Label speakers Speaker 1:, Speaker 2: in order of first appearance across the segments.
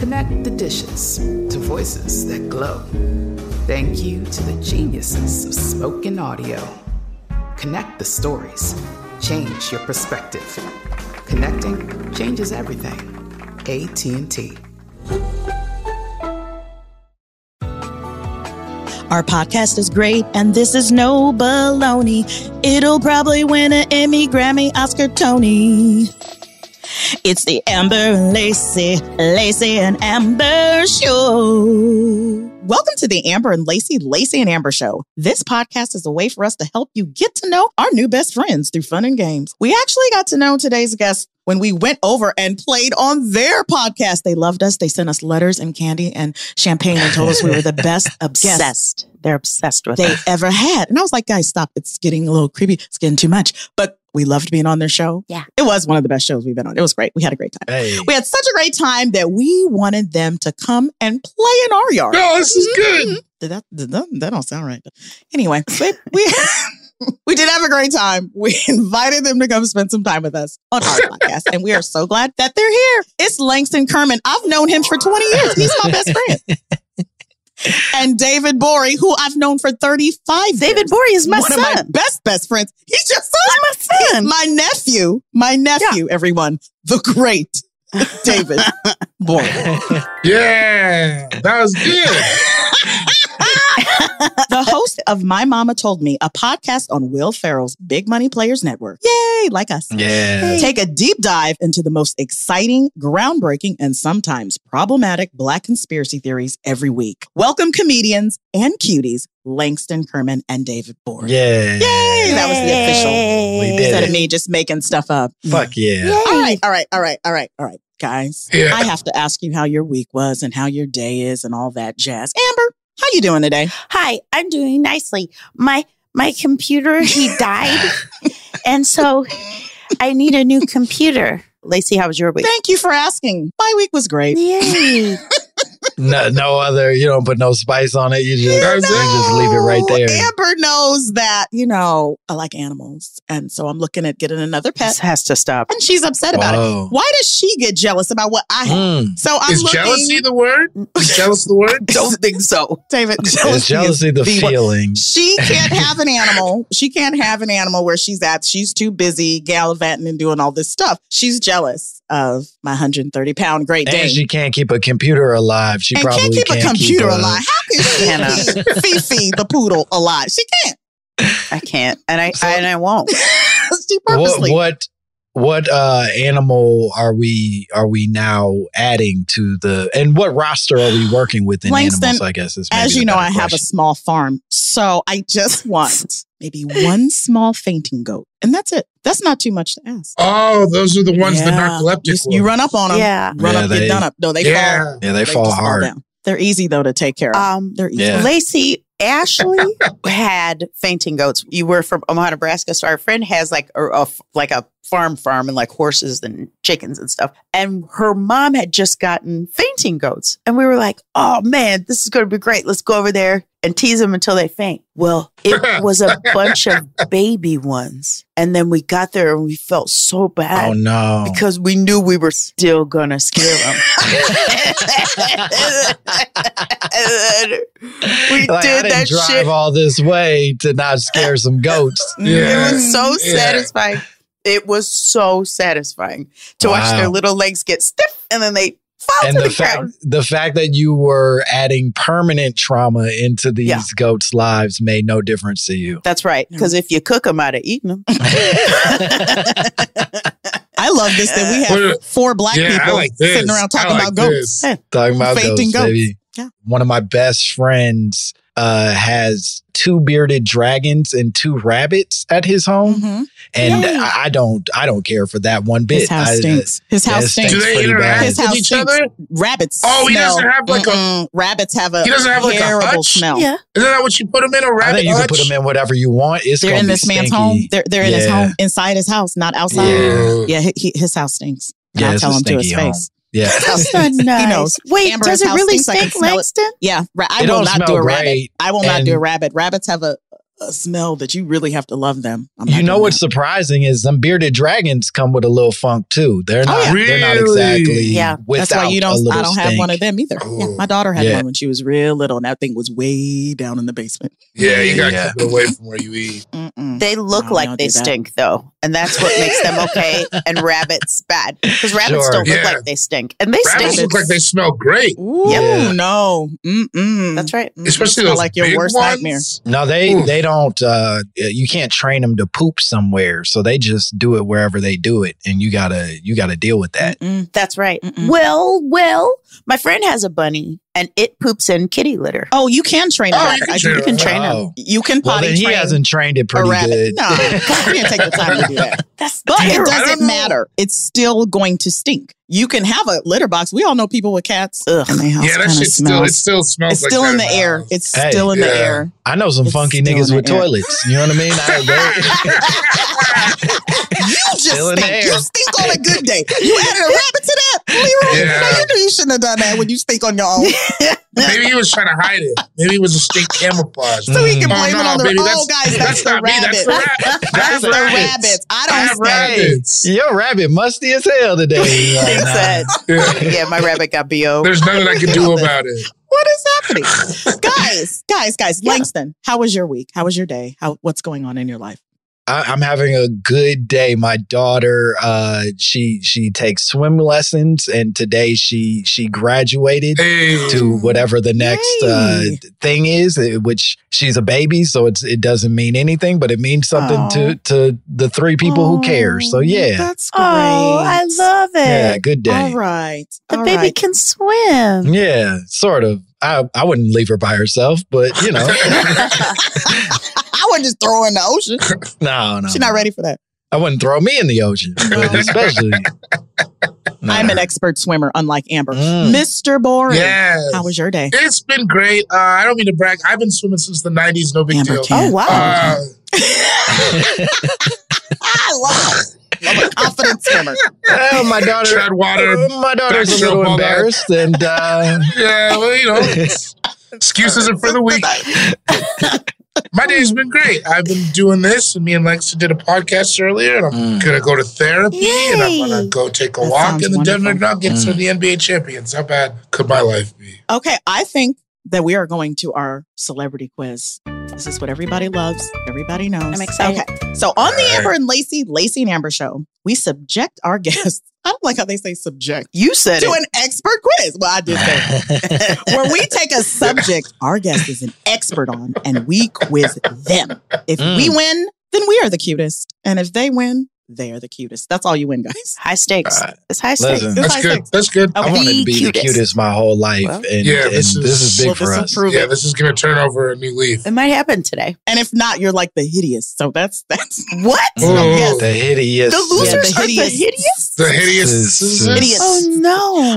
Speaker 1: Connect the dishes to voices that glow. Thank you to the geniuses of spoken audio. Connect the stories. Change your perspective. Connecting changes everything. AT&T.
Speaker 2: Our podcast is great, and this is no baloney. It'll probably win an Emmy, Grammy, Oscar, Tony. It's the Amber and Lacey, Lacey and Amber Show. Welcome to the Amber and Lacey, Lacey and Amber Show. This podcast is a way for us to help you get to know our new best friends through fun and games. We actually got to know today's guest when we went over and played on their podcast. They loved us. They sent us letters and candy and champagne and told us we were the best obsessed.
Speaker 3: They're obsessed with
Speaker 2: They
Speaker 3: us.
Speaker 2: ever had. And I was like, guys, stop. It's getting a little creepy. It's getting too much. But we loved being on their show.
Speaker 3: Yeah.
Speaker 2: It was one of the best shows we've been on. It was great. We had a great time.
Speaker 4: Hey.
Speaker 2: We had such a great time that we wanted them to come and play in our yard.
Speaker 4: No, this is good.
Speaker 2: Did that, did that, that don't sound right. Anyway, we, we, we did have a great time. We invited them to come spend some time with us on our podcast, and we are so glad that they're here. It's Langston Kerman. I've known him for 20 years. He's my best friend. And David Bory, who I've known for 35
Speaker 3: David
Speaker 2: years.
Speaker 3: Bory is my
Speaker 2: one
Speaker 3: son.
Speaker 2: of my best best friends. He's just
Speaker 3: He's my son.
Speaker 2: my nephew, my nephew, everyone, the great David Bory.
Speaker 4: Yeah, that was good.
Speaker 2: the host of My Mama Told Me, a podcast on Will Ferrell's Big Money Players Network. Yay, like us.
Speaker 4: Yeah.
Speaker 2: Take a deep dive into the most exciting, groundbreaking, and sometimes problematic Black conspiracy theories every week. Welcome comedians and cuties, Langston Kerman and David Bourne.
Speaker 4: Yeah.
Speaker 2: Yay, that was the official
Speaker 4: We did
Speaker 2: instead of
Speaker 4: it.
Speaker 2: me just making stuff up.
Speaker 4: Fuck yeah.
Speaker 2: All right, all right, all right, all right, all right, guys.
Speaker 4: Yeah.
Speaker 2: I have to ask you how your week was and how your day is and all that jazz. Amber, how you doing today?
Speaker 3: Hi, I'm doing nicely. My my computer, he died. and so I need a new computer. Lacey, how was your week?
Speaker 2: Thank you for asking. My week was great.
Speaker 3: Yay.
Speaker 4: No, no other. You don't put no spice on it. You just, you just leave it right there.
Speaker 2: Amber knows that, you know, I like animals. And so I'm looking at getting another pet.
Speaker 3: this has to stop.
Speaker 2: And she's upset about
Speaker 4: Whoa.
Speaker 2: it. Why does she get jealous about what I have?
Speaker 4: Mm.
Speaker 2: So I'm
Speaker 4: Is
Speaker 2: looking.
Speaker 4: jealousy the word?
Speaker 3: Mm.
Speaker 4: Is jealous the word?
Speaker 2: don't think so. David, jealousy.
Speaker 4: Is
Speaker 2: is
Speaker 4: jealousy the
Speaker 2: the word.
Speaker 4: feeling?
Speaker 2: She can't have an animal. She can't have an animal where she's at. She's too busy gallivanting and doing all this stuff. She's jealous of my 130 pound Great Dane.
Speaker 4: And she can't keep a computer alive. She
Speaker 2: and
Speaker 4: probably
Speaker 2: can't keep a computer alive. How can she
Speaker 3: Cannot.
Speaker 2: keep Fifi the poodle alive? She can't.
Speaker 3: I can't. And I, I and I won't.
Speaker 2: she
Speaker 4: What
Speaker 2: purposely.
Speaker 4: what what uh animal are we are we now adding to the and what roster are we working with in
Speaker 2: Langston,
Speaker 4: animals? I guess is maybe
Speaker 2: As
Speaker 4: the
Speaker 2: you know,
Speaker 4: better
Speaker 2: I have a
Speaker 4: question.
Speaker 2: small farm, so I just want maybe one small fainting goat, and that's it. That's not too much to ask.
Speaker 5: Oh, those are the ones that
Speaker 2: Yeah.
Speaker 5: narcoleptic.
Speaker 2: You, you
Speaker 5: were.
Speaker 2: run up on them,
Speaker 3: Yeah.
Speaker 2: run
Speaker 4: Yeah,
Speaker 2: up,
Speaker 4: they-
Speaker 2: get done up. No, they
Speaker 5: yeah.
Speaker 2: fall.
Speaker 4: yeah, they,
Speaker 2: They
Speaker 4: fall
Speaker 2: just
Speaker 4: hard.
Speaker 2: down. They're easy though to take care of.
Speaker 3: Um
Speaker 2: They're easy.
Speaker 4: Yeah.
Speaker 3: Lacey, Ashley had fainting goats. You were from Omaha, Nebraska, so our friend has like a, a- like a farm farm and like horses and chickens and stuff. And her mom had just gotten fainting goats. And we were like, oh man, this is going to be great. Let's go over there and tease them until they faint. Well, it was a bunch of baby ones. And then we got there and we felt so bad
Speaker 4: Oh no.
Speaker 3: because we knew we were still gonna scare them. we
Speaker 4: Like, I
Speaker 3: did
Speaker 4: didn't
Speaker 3: that
Speaker 4: drive
Speaker 3: shit.
Speaker 4: all this way to not scare some goats.
Speaker 3: It was so
Speaker 4: Yeah.
Speaker 3: satisfying. It was so satisfying to watch
Speaker 4: Wow.
Speaker 3: their little legs get stiff and then they fall
Speaker 4: and
Speaker 3: to
Speaker 4: the,
Speaker 3: the,
Speaker 4: fact
Speaker 3: ground.
Speaker 4: the fact that you were adding permanent trauma into these
Speaker 3: Yeah.
Speaker 4: goats' lives made no difference to you.
Speaker 3: That's right. Because if you cook them, I'd have eaten them.
Speaker 2: I love this that we have
Speaker 5: Well,
Speaker 2: four black
Speaker 5: yeah, I
Speaker 2: people
Speaker 5: like this.
Speaker 2: sitting around
Speaker 5: I
Speaker 2: talking
Speaker 5: like
Speaker 2: about goats.
Speaker 5: this.
Speaker 2: Hey,
Speaker 4: Talking about goats,
Speaker 2: Fainting goats.
Speaker 4: baby.
Speaker 2: Yeah.
Speaker 4: One of my best friends uh, has two bearded dragons and two rabbits at his home,
Speaker 2: mhm.
Speaker 4: and
Speaker 2: Yay.
Speaker 4: I, I don't, I don't care for that one bit.
Speaker 2: His house
Speaker 4: I-
Speaker 2: stinks. His
Speaker 4: yeah,
Speaker 2: house
Speaker 4: it
Speaker 2: stinks.
Speaker 5: Do they
Speaker 4: pretty
Speaker 5: interact
Speaker 4: bad.
Speaker 2: His house
Speaker 5: with each
Speaker 2: stinks.
Speaker 5: other?
Speaker 2: Rabbits.
Speaker 5: Oh, he
Speaker 2: smell.
Speaker 5: doesn't have, like, a-
Speaker 2: Mm-mm. rabbits have a
Speaker 5: He doesn't have, like, a
Speaker 2: terrible
Speaker 5: hutch?
Speaker 2: smell.
Speaker 3: Yeah.
Speaker 5: Isn't that what you put them in? A
Speaker 4: I
Speaker 5: rabbit
Speaker 4: think you can put
Speaker 5: hutch?
Speaker 4: them in whatever you want. It's
Speaker 2: They're
Speaker 4: gonna
Speaker 2: in
Speaker 4: be
Speaker 2: this man's
Speaker 4: stinky.
Speaker 2: home. They're they're in his
Speaker 4: Yeah.
Speaker 2: home, inside his house, not outside.
Speaker 4: Yeah.
Speaker 2: Yeah, he, he, his house stinks. And
Speaker 4: Yeah,
Speaker 2: I'll
Speaker 4: it's
Speaker 2: tell
Speaker 4: a
Speaker 2: him to his
Speaker 4: stinky home.
Speaker 2: face.
Speaker 4: Yeah.
Speaker 3: That's not nice.
Speaker 2: knows.
Speaker 3: Wait,
Speaker 2: Amber's
Speaker 3: does it
Speaker 2: house
Speaker 3: really
Speaker 2: thinks I can
Speaker 3: stink,
Speaker 2: smell it.
Speaker 3: Langston?
Speaker 2: Yeah, ra-
Speaker 4: It
Speaker 2: I will
Speaker 4: don't
Speaker 2: not do
Speaker 4: smell
Speaker 2: a rabbit.
Speaker 4: great,
Speaker 2: I will not do a
Speaker 4: and-
Speaker 2: rabbit. Rabbits have a, a smell that you really have to love them. I'm not
Speaker 4: You know
Speaker 2: doing
Speaker 4: what's surprising is them bearded dragons come with a little funk too. They're
Speaker 3: Oh,
Speaker 4: not.
Speaker 5: yeah.
Speaker 4: They're not
Speaker 5: Really?
Speaker 4: exactly.
Speaker 3: Yeah.
Speaker 4: Yeah.
Speaker 2: that.
Speaker 4: Without
Speaker 2: Oh, That's why you
Speaker 4: A
Speaker 2: don't.
Speaker 4: little
Speaker 2: I don't have
Speaker 4: stink.
Speaker 2: one of them either. Yeah,
Speaker 5: Oh.
Speaker 2: my daughter had
Speaker 4: Yeah.
Speaker 2: one when she was real little, and that thing was way down in the basement.
Speaker 5: Yeah, you got to
Speaker 4: Yeah.
Speaker 5: keep it away from where you eat.
Speaker 2: Mm-mm.
Speaker 3: They look
Speaker 2: No,
Speaker 3: like
Speaker 2: don't
Speaker 3: they
Speaker 2: do that.
Speaker 3: stink, though, and that's what makes them okay. And rabbits bad because rabbits
Speaker 4: Sure.
Speaker 3: don't look
Speaker 5: Yeah.
Speaker 3: like they stink, and they
Speaker 5: Rabbits
Speaker 3: stink.
Speaker 5: look like they smell great,
Speaker 2: Ooh,
Speaker 4: Yeah.
Speaker 2: no. Mm. Mm-mm.
Speaker 3: That's right.
Speaker 2: Mm-mm.
Speaker 5: especially
Speaker 2: Mm. Smell
Speaker 5: those
Speaker 2: like
Speaker 5: like
Speaker 2: your
Speaker 5: big
Speaker 2: worst
Speaker 5: ones.
Speaker 2: nightmare.
Speaker 4: No, they
Speaker 5: Oof.
Speaker 4: they don't. uh You can't train them to poop somewhere, so they just do it wherever they do it, and you gotta you gotta deal with that.
Speaker 2: Mm-mm.
Speaker 3: That's right.
Speaker 2: Mm-mm.
Speaker 3: Well, well, my friend has a bunny, and it poops in kitty litter.
Speaker 2: Oh, you can train a
Speaker 5: Oh,
Speaker 2: rabbit.
Speaker 5: you can
Speaker 2: I-
Speaker 5: train
Speaker 2: you
Speaker 5: a
Speaker 2: can
Speaker 5: rabbit.
Speaker 2: train
Speaker 4: Oh.
Speaker 2: them. You can
Speaker 4: Well,
Speaker 2: potty
Speaker 4: then he
Speaker 2: train
Speaker 4: hasn't trained it pretty
Speaker 2: a rabbit.
Speaker 4: good.
Speaker 2: No, you didn't take the time to do that.
Speaker 3: That's
Speaker 2: But it
Speaker 3: terrible.
Speaker 5: I don't
Speaker 2: doesn't
Speaker 5: know.
Speaker 2: matter. It's still going to stink. You can have a litter box. We all know people with cats.
Speaker 3: Ugh.
Speaker 2: And they house
Speaker 5: Yeah, that
Speaker 2: kinda
Speaker 5: shit still it
Speaker 2: smells.
Speaker 5: still smells.
Speaker 2: It's
Speaker 5: like
Speaker 2: still
Speaker 5: that
Speaker 2: in the
Speaker 5: my
Speaker 2: air.
Speaker 5: house.
Speaker 2: It's
Speaker 4: Hey,
Speaker 2: still in the
Speaker 5: yeah.
Speaker 2: air.
Speaker 4: I know some
Speaker 2: It's
Speaker 4: funky
Speaker 2: still
Speaker 4: niggas
Speaker 2: in
Speaker 4: with
Speaker 2: the air.
Speaker 4: toilets. You know what I mean? I,
Speaker 2: You just
Speaker 4: Still in the
Speaker 2: stink.
Speaker 4: air.
Speaker 2: You stink on a good day. You added a rabbit to that. Leroy,
Speaker 5: Yeah.
Speaker 2: you, know, you knew you shouldn't have done that when you stink on your own.
Speaker 5: Maybe he was trying to hide it. Maybe it was a stink camouflage.
Speaker 2: So he can
Speaker 5: Mm.
Speaker 2: blame
Speaker 5: Oh,
Speaker 2: it
Speaker 5: no,
Speaker 2: on the
Speaker 5: baby,
Speaker 2: oh
Speaker 5: that's-
Speaker 2: guys, that's,
Speaker 5: that's
Speaker 2: the
Speaker 5: not me, that's
Speaker 2: rabbit.
Speaker 5: the ra-
Speaker 2: That's
Speaker 5: that's
Speaker 2: the
Speaker 5: rabbits.
Speaker 2: rabbits. I
Speaker 5: I have
Speaker 2: don't stink.
Speaker 5: rabbits.
Speaker 4: your rabbit musty as hell today.
Speaker 3: Thanks, Ed.
Speaker 5: Yeah.
Speaker 3: yeah, my rabbit got bo.
Speaker 5: There's nothing I can do about it.
Speaker 2: What is happening? guys, guys, guys. Langston, how was your week? How was your day? How what's going on in your life?
Speaker 4: I, I'm having a good day. My daughter, uh, she she takes swim lessons, and today she she graduated
Speaker 5: Hey,
Speaker 4: to whatever the next uh,
Speaker 2: Yay.
Speaker 4: thing is. uh, Which she's a baby, so it's it doesn't mean anything, but it means something
Speaker 2: Aw.
Speaker 4: to to the three people who care. So
Speaker 2: Oh,
Speaker 4: yeah,
Speaker 2: That's great.
Speaker 3: Oh, I love it.
Speaker 4: yeah, good
Speaker 2: All
Speaker 4: day.
Speaker 2: right.
Speaker 3: The
Speaker 2: all
Speaker 3: baby
Speaker 2: right.
Speaker 3: can swim.
Speaker 4: Yeah, sort of. I I wouldn't leave her by herself, but you know,
Speaker 2: I wouldn't just throw her in the ocean.
Speaker 4: no, no,
Speaker 2: She's not ready for that.
Speaker 4: I wouldn't throw me in the ocean, but
Speaker 2: No.
Speaker 4: especially. No.
Speaker 2: I'm an expert swimmer, unlike Amber.
Speaker 4: Mm.
Speaker 2: Mr. Boring,
Speaker 5: yeah.
Speaker 2: how was your day?
Speaker 5: It's been great. Uh, I don't mean to brag. I've been swimming since the 90s. No big
Speaker 2: Amber
Speaker 5: deal.
Speaker 2: can't.
Speaker 3: Oh, wow.
Speaker 5: Uh,
Speaker 2: I love, love a confident swimmer.
Speaker 4: Well, Oh, my daughter.
Speaker 5: tread water.
Speaker 4: Uh, My daughter's a little
Speaker 5: Backstroke all that.
Speaker 4: embarrassed, and uh,
Speaker 5: Yeah, well, you know, excuses are for the weak. My day's been great. I've been doing this, and me and Lexi did a podcast earlier, and I'm
Speaker 4: Mm.
Speaker 5: gonna go to therapy, and I'm
Speaker 3: Yay.
Speaker 5: gonna go take a
Speaker 2: That
Speaker 5: walk,
Speaker 2: sounds
Speaker 5: and the Denver
Speaker 2: wonderful.
Speaker 5: Nuggets
Speaker 4: Mm.
Speaker 5: are the NBA champions. How bad could my life be?
Speaker 2: Okay, I think that we are going to our celebrity quiz. This is what everybody loves, everybody knows.
Speaker 3: I'm excited.
Speaker 2: Okay, so on the
Speaker 5: All right.
Speaker 2: Amber and Lacey, Lacey and Amber show, we subject our guests. I don't like how they say subject.
Speaker 3: You said
Speaker 2: To
Speaker 3: it.
Speaker 2: an expert quiz. Well, I did say it. where we take a subject our guest is an expert on and we quiz them. If
Speaker 3: Hmm.
Speaker 4: Mm.
Speaker 2: we win, then we are the cutest. And if they win, they are the cutest. That's all you win, guys.
Speaker 3: High stakes.
Speaker 4: All right.
Speaker 3: It's high stakes.
Speaker 4: listen,
Speaker 2: It's
Speaker 5: That's
Speaker 2: high
Speaker 5: good.
Speaker 2: stakes.
Speaker 5: That's good.
Speaker 4: I
Speaker 2: Okay.
Speaker 4: wanted to be the
Speaker 3: cutest.
Speaker 4: cutest my whole life,
Speaker 3: Well,
Speaker 4: and,
Speaker 5: yeah,
Speaker 4: and
Speaker 5: this
Speaker 4: this,
Speaker 5: is-
Speaker 4: is, big
Speaker 2: Well,
Speaker 4: for
Speaker 2: this'll
Speaker 4: us.
Speaker 2: prove
Speaker 5: Yeah,
Speaker 2: it.
Speaker 5: this is gonna turn over a new leaf.
Speaker 3: It might happen today.
Speaker 2: And if not, you're like the hideous. So that's that's
Speaker 3: What?
Speaker 5: Oh,
Speaker 2: Yes.
Speaker 4: Mm. The hideous,
Speaker 3: The losers
Speaker 2: the
Speaker 3: are the
Speaker 2: hideous.
Speaker 3: hideous?
Speaker 5: The hideous.
Speaker 4: This is-
Speaker 2: hideous.
Speaker 3: Oh,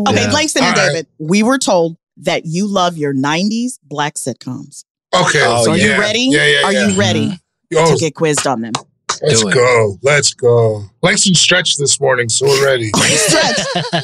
Speaker 3: no.
Speaker 2: Okay,
Speaker 4: Yeah.
Speaker 2: Langston and
Speaker 5: All right.
Speaker 2: David, we were told that you love your 90s black sitcoms.
Speaker 5: Okay.
Speaker 4: Oh,
Speaker 2: So are
Speaker 4: yeah.
Speaker 2: you ready?
Speaker 5: Yeah, yeah,
Speaker 2: Are
Speaker 5: yeah.
Speaker 2: you ready
Speaker 4: Mhm.
Speaker 5: Oh,
Speaker 2: to get quizzed on them?
Speaker 5: let's
Speaker 4: Do it.
Speaker 5: go. Let's go. Langston stretched this morning, so we're ready.
Speaker 2: He stretched.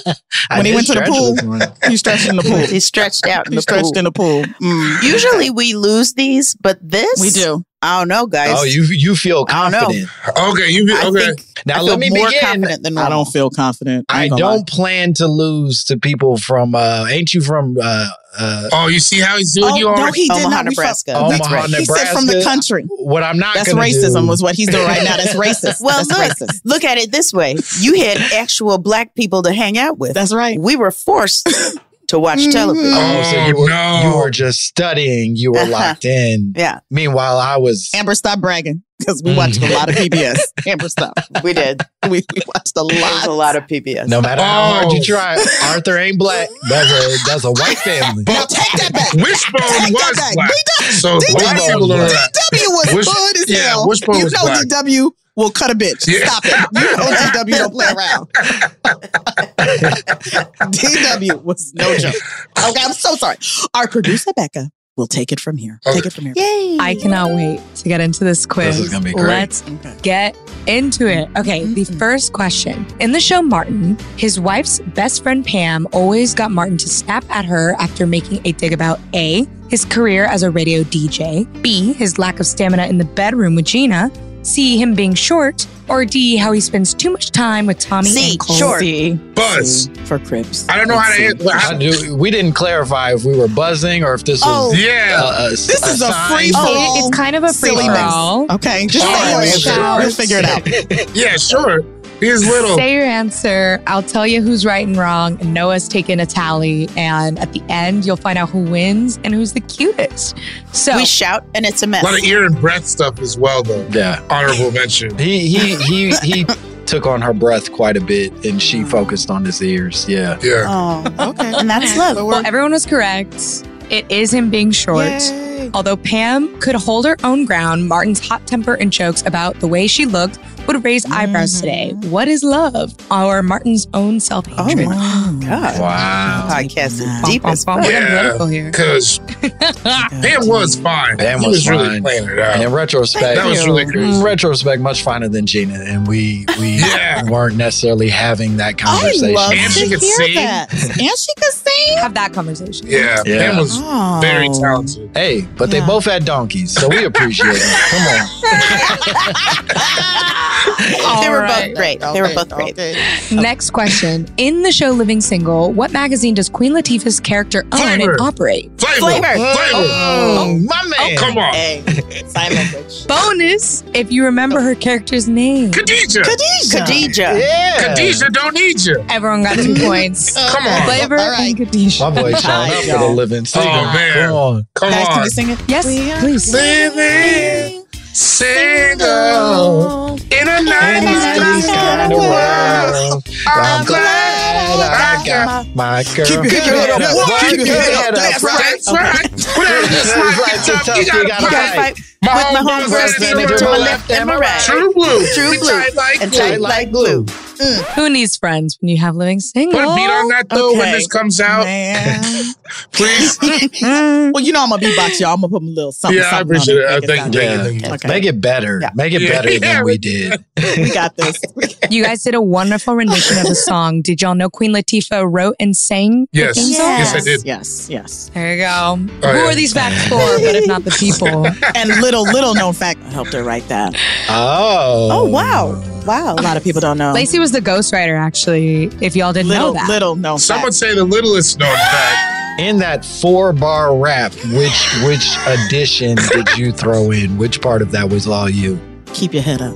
Speaker 4: I
Speaker 2: When he
Speaker 4: did
Speaker 2: went to the
Speaker 4: stretch
Speaker 2: pool.
Speaker 4: this morning.
Speaker 6: Mm-hmm.
Speaker 2: He stretched in the pool.
Speaker 6: He stretched out in
Speaker 2: He
Speaker 6: the
Speaker 2: stretched
Speaker 6: pool.
Speaker 2: in the pool. Mm.
Speaker 6: Usually we lose these, but this
Speaker 2: We do.
Speaker 6: I don't know, guys.
Speaker 4: Oh, you you feel
Speaker 6: I don't know.
Speaker 4: confident.
Speaker 5: Okay, you
Speaker 6: I
Speaker 5: okay?
Speaker 6: think
Speaker 4: Now
Speaker 6: I feel
Speaker 4: let me
Speaker 6: more
Speaker 4: begin.
Speaker 6: confident than
Speaker 2: I
Speaker 6: normal.
Speaker 2: don't feel confident.
Speaker 4: I
Speaker 2: ain't gonna lie.
Speaker 4: don't plan to lose to people from uh ain't you from uh uh
Speaker 5: Oh, you see how he's doing
Speaker 2: Oh,
Speaker 5: you
Speaker 2: no,
Speaker 5: already?
Speaker 2: he did
Speaker 6: Omaha,
Speaker 2: not. We fuck-
Speaker 6: Nebraska.
Speaker 4: Oh, Omaha,
Speaker 2: That's right. He said from the
Speaker 4: Nebraska.
Speaker 2: country.
Speaker 4: what I'm not
Speaker 2: That's
Speaker 4: gonna
Speaker 2: racism
Speaker 4: do-
Speaker 2: was what he's doing right now. That's racist.
Speaker 6: Well,
Speaker 2: That's
Speaker 6: look,
Speaker 2: racist.
Speaker 6: look at it this way: you had actual black people to hang out with.
Speaker 2: That's right. Mm-hmm.
Speaker 6: we were forced to watch television.
Speaker 4: Oh, so you were
Speaker 5: no.
Speaker 4: you were just studying, you were
Speaker 6: Uh-huh.
Speaker 4: locked in.
Speaker 6: Yeah,
Speaker 4: Meanwhile, I was Mm-hmm.
Speaker 2: Amber, stop bragging because we watched a lot of PBS. Amber, stop.
Speaker 6: we did.
Speaker 2: We, we watched a
Speaker 6: It was
Speaker 2: lot.
Speaker 6: a lot of PBS.
Speaker 4: no matter how hard
Speaker 5: Oh.
Speaker 4: you try, Arthur ain't black. That's a that's a white family.
Speaker 2: Now take that back.
Speaker 5: Wishbone
Speaker 2: Take that
Speaker 5: was
Speaker 2: back.
Speaker 5: black.
Speaker 2: D-
Speaker 5: So
Speaker 2: D-
Speaker 5: black
Speaker 4: D-
Speaker 5: people
Speaker 4: D-
Speaker 5: don't know
Speaker 4: D-
Speaker 5: that.
Speaker 2: DW was
Speaker 5: Wish-
Speaker 2: good as
Speaker 5: yeah,
Speaker 2: hell.
Speaker 5: Wishbone
Speaker 2: you
Speaker 5: was
Speaker 2: know
Speaker 5: black.
Speaker 2: DW will cut a bitch.
Speaker 5: Yeah.
Speaker 2: Stop it. You know DW don't play around. DW was no joke. Okay, I'm so sorry. Our producer Becca will take it from here. Take it from here.
Speaker 6: Yay!
Speaker 7: I cannot wait to get into this quiz.
Speaker 4: This is gonna be great.
Speaker 7: Let's
Speaker 2: Okay.
Speaker 7: get into it. Okay, the
Speaker 2: Mm-hmm.
Speaker 7: first question. In the show Martin, his wife's best friend Pam always got Martin to snap at her after making a dig about A, his career as a radio DJ, B, his lack of stamina in the bedroom with Gina, C, him being short, or D, how he spends too much time with Tommy
Speaker 6: C,
Speaker 7: and Cole.
Speaker 6: short.
Speaker 2: C
Speaker 5: Buzz.
Speaker 2: for Crips.
Speaker 5: I don't know how to hit.
Speaker 4: I
Speaker 5: I,
Speaker 4: do, we didn't clarify if we were buzzing or if this
Speaker 6: Oh.
Speaker 4: was
Speaker 5: yeah.
Speaker 4: uh,
Speaker 2: This is a free
Speaker 7: So
Speaker 2: Oh,
Speaker 7: it- it's kind of a free
Speaker 2: silliness.
Speaker 7: for all.
Speaker 2: Okay, just
Speaker 5: All
Speaker 2: say your
Speaker 5: right,
Speaker 2: answer.
Speaker 5: sure.
Speaker 2: You'll figure it out.
Speaker 5: yeah, sure. He's little.
Speaker 7: Say your answer. I'll tell you who's right and wrong. And Noah's taken a tally. And at the end, you'll find out who wins and who's the cutest. So,
Speaker 6: we shout and it's a mess.
Speaker 5: A lot of ear and breath stuff as well, though.
Speaker 4: Yeah.
Speaker 5: Honorable mention.
Speaker 4: He he he he took on her breath quite a bit and she
Speaker 2: Oh.
Speaker 4: focused on his ears. Yeah.
Speaker 5: Yeah.
Speaker 6: oh,
Speaker 2: Okay.
Speaker 6: and that's love.
Speaker 2: So
Speaker 7: well, everyone was correct. It is him being short.
Speaker 2: Yay.
Speaker 7: Although Pam could hold her own ground, Martin's hot temper and jokes about the way she looked would raise
Speaker 6: Mm-hmm.
Speaker 7: eyebrows today. What is love? Or Martin's own self
Speaker 6: Oh
Speaker 7: hatred.
Speaker 6: my god!
Speaker 4: Wow.
Speaker 6: Podcast is deep as fuck.
Speaker 7: We're
Speaker 5: Yeah.
Speaker 7: political Oh, here.
Speaker 5: Because Pam was fine.
Speaker 4: Pam
Speaker 5: he
Speaker 4: Mm. was
Speaker 5: was, really
Speaker 4: fine.
Speaker 5: playing it out.
Speaker 4: And in retrospect,
Speaker 5: That was really crazy.
Speaker 4: in retrospect, much finer than Gina, and we we
Speaker 5: Yeah.
Speaker 4: weren't necessarily having that conversation.
Speaker 2: I love
Speaker 5: And
Speaker 2: to
Speaker 5: she
Speaker 2: hear
Speaker 5: could sing.
Speaker 2: that. And she could sing.
Speaker 7: Have that conversation.
Speaker 5: Yeah,
Speaker 4: Yeah.
Speaker 5: Pam was
Speaker 2: Oh.
Speaker 5: very talented.
Speaker 4: hey, but
Speaker 2: Yeah.
Speaker 4: they both had donkeys, so we appreciate it. Come on.
Speaker 6: They were both great. They were both great.
Speaker 7: Next question. In the show Living Single, what magazine does Queen Latifah's character own
Speaker 5: Flavor.
Speaker 7: and operate?
Speaker 5: Flavor.
Speaker 6: Flavor.
Speaker 4: Oh, my man.
Speaker 5: Come on.
Speaker 6: Hey, sign language.
Speaker 7: Bonus if you remember her character's name.
Speaker 5: Khadija.
Speaker 6: Khadija.
Speaker 4: Yeah.
Speaker 5: Khadija don't need you.
Speaker 7: Everyone got two points.
Speaker 5: Come on.
Speaker 7: Flavor
Speaker 2: All right.
Speaker 7: and Khadijah.
Speaker 4: My boy showing up for the living single.
Speaker 5: Oh, man.
Speaker 4: Come on.
Speaker 5: Come
Speaker 2: Guys, can
Speaker 5: on.
Speaker 2: you sing it?
Speaker 7: Yes,
Speaker 2: We are
Speaker 7: please.
Speaker 5: Living single in a 90s
Speaker 4: Nineties
Speaker 5: kind
Speaker 4: kind
Speaker 5: of
Speaker 4: of
Speaker 5: world.
Speaker 4: world. I'm glad I got my girl.
Speaker 2: Keep your head up. Keep your head up.
Speaker 5: That's right. That's right. Whatever this
Speaker 4: That's
Speaker 5: life
Speaker 4: right,
Speaker 5: is
Speaker 4: it's
Speaker 5: up,
Speaker 4: tough,
Speaker 5: you gotta fight. My
Speaker 6: With my
Speaker 5: home
Speaker 6: homegirls
Speaker 5: girls
Speaker 6: standing
Speaker 5: to
Speaker 6: to my
Speaker 5: my
Speaker 6: left and my right.
Speaker 5: True blue.
Speaker 6: True
Speaker 5: We
Speaker 6: blue.
Speaker 5: tight like
Speaker 6: And
Speaker 5: glue.
Speaker 6: tight like glue.
Speaker 7: Who needs friends when you have Living Single?
Speaker 5: Put a beat on that though when
Speaker 2: Okay.
Speaker 5: this comes out,
Speaker 2: Man.
Speaker 5: please.
Speaker 2: well, you know I'm gonna beatbox y'all. I'm gonna put a little something.
Speaker 5: yeah, I
Speaker 2: something on
Speaker 5: appreciate it.
Speaker 2: Make
Speaker 5: Uh, thank
Speaker 2: sound
Speaker 5: you,
Speaker 2: good.
Speaker 5: thank you, thank you.
Speaker 4: Yeah.
Speaker 2: Okay.
Speaker 4: Make it better.
Speaker 2: Yeah.
Speaker 4: Make it better
Speaker 5: Yeah.
Speaker 4: than we did.
Speaker 2: We got this.
Speaker 7: You guys did a wonderful rendition of the song. Did y'all know Queen Latifah wrote and sang? the
Speaker 5: Yes.
Speaker 7: theme song?
Speaker 5: Yes, I did.
Speaker 2: Yes, yes.
Speaker 7: There you go.
Speaker 5: Oh,
Speaker 7: Who
Speaker 5: yeah.
Speaker 7: are these facts for, but if not the people?
Speaker 2: And little, little known fact I helped her write that.
Speaker 4: Oh.
Speaker 6: Oh wow, wow.
Speaker 2: A lot of people don't know.
Speaker 7: Lacey was the ghostwriter, actually, if y'all didn't
Speaker 2: little,
Speaker 7: know that.
Speaker 2: little known
Speaker 5: Some would
Speaker 2: fact.
Speaker 5: say the littlest known fact.
Speaker 4: In that four bar rap, which which addition did you throw in? Which part of that was all you?
Speaker 2: Keep your head up.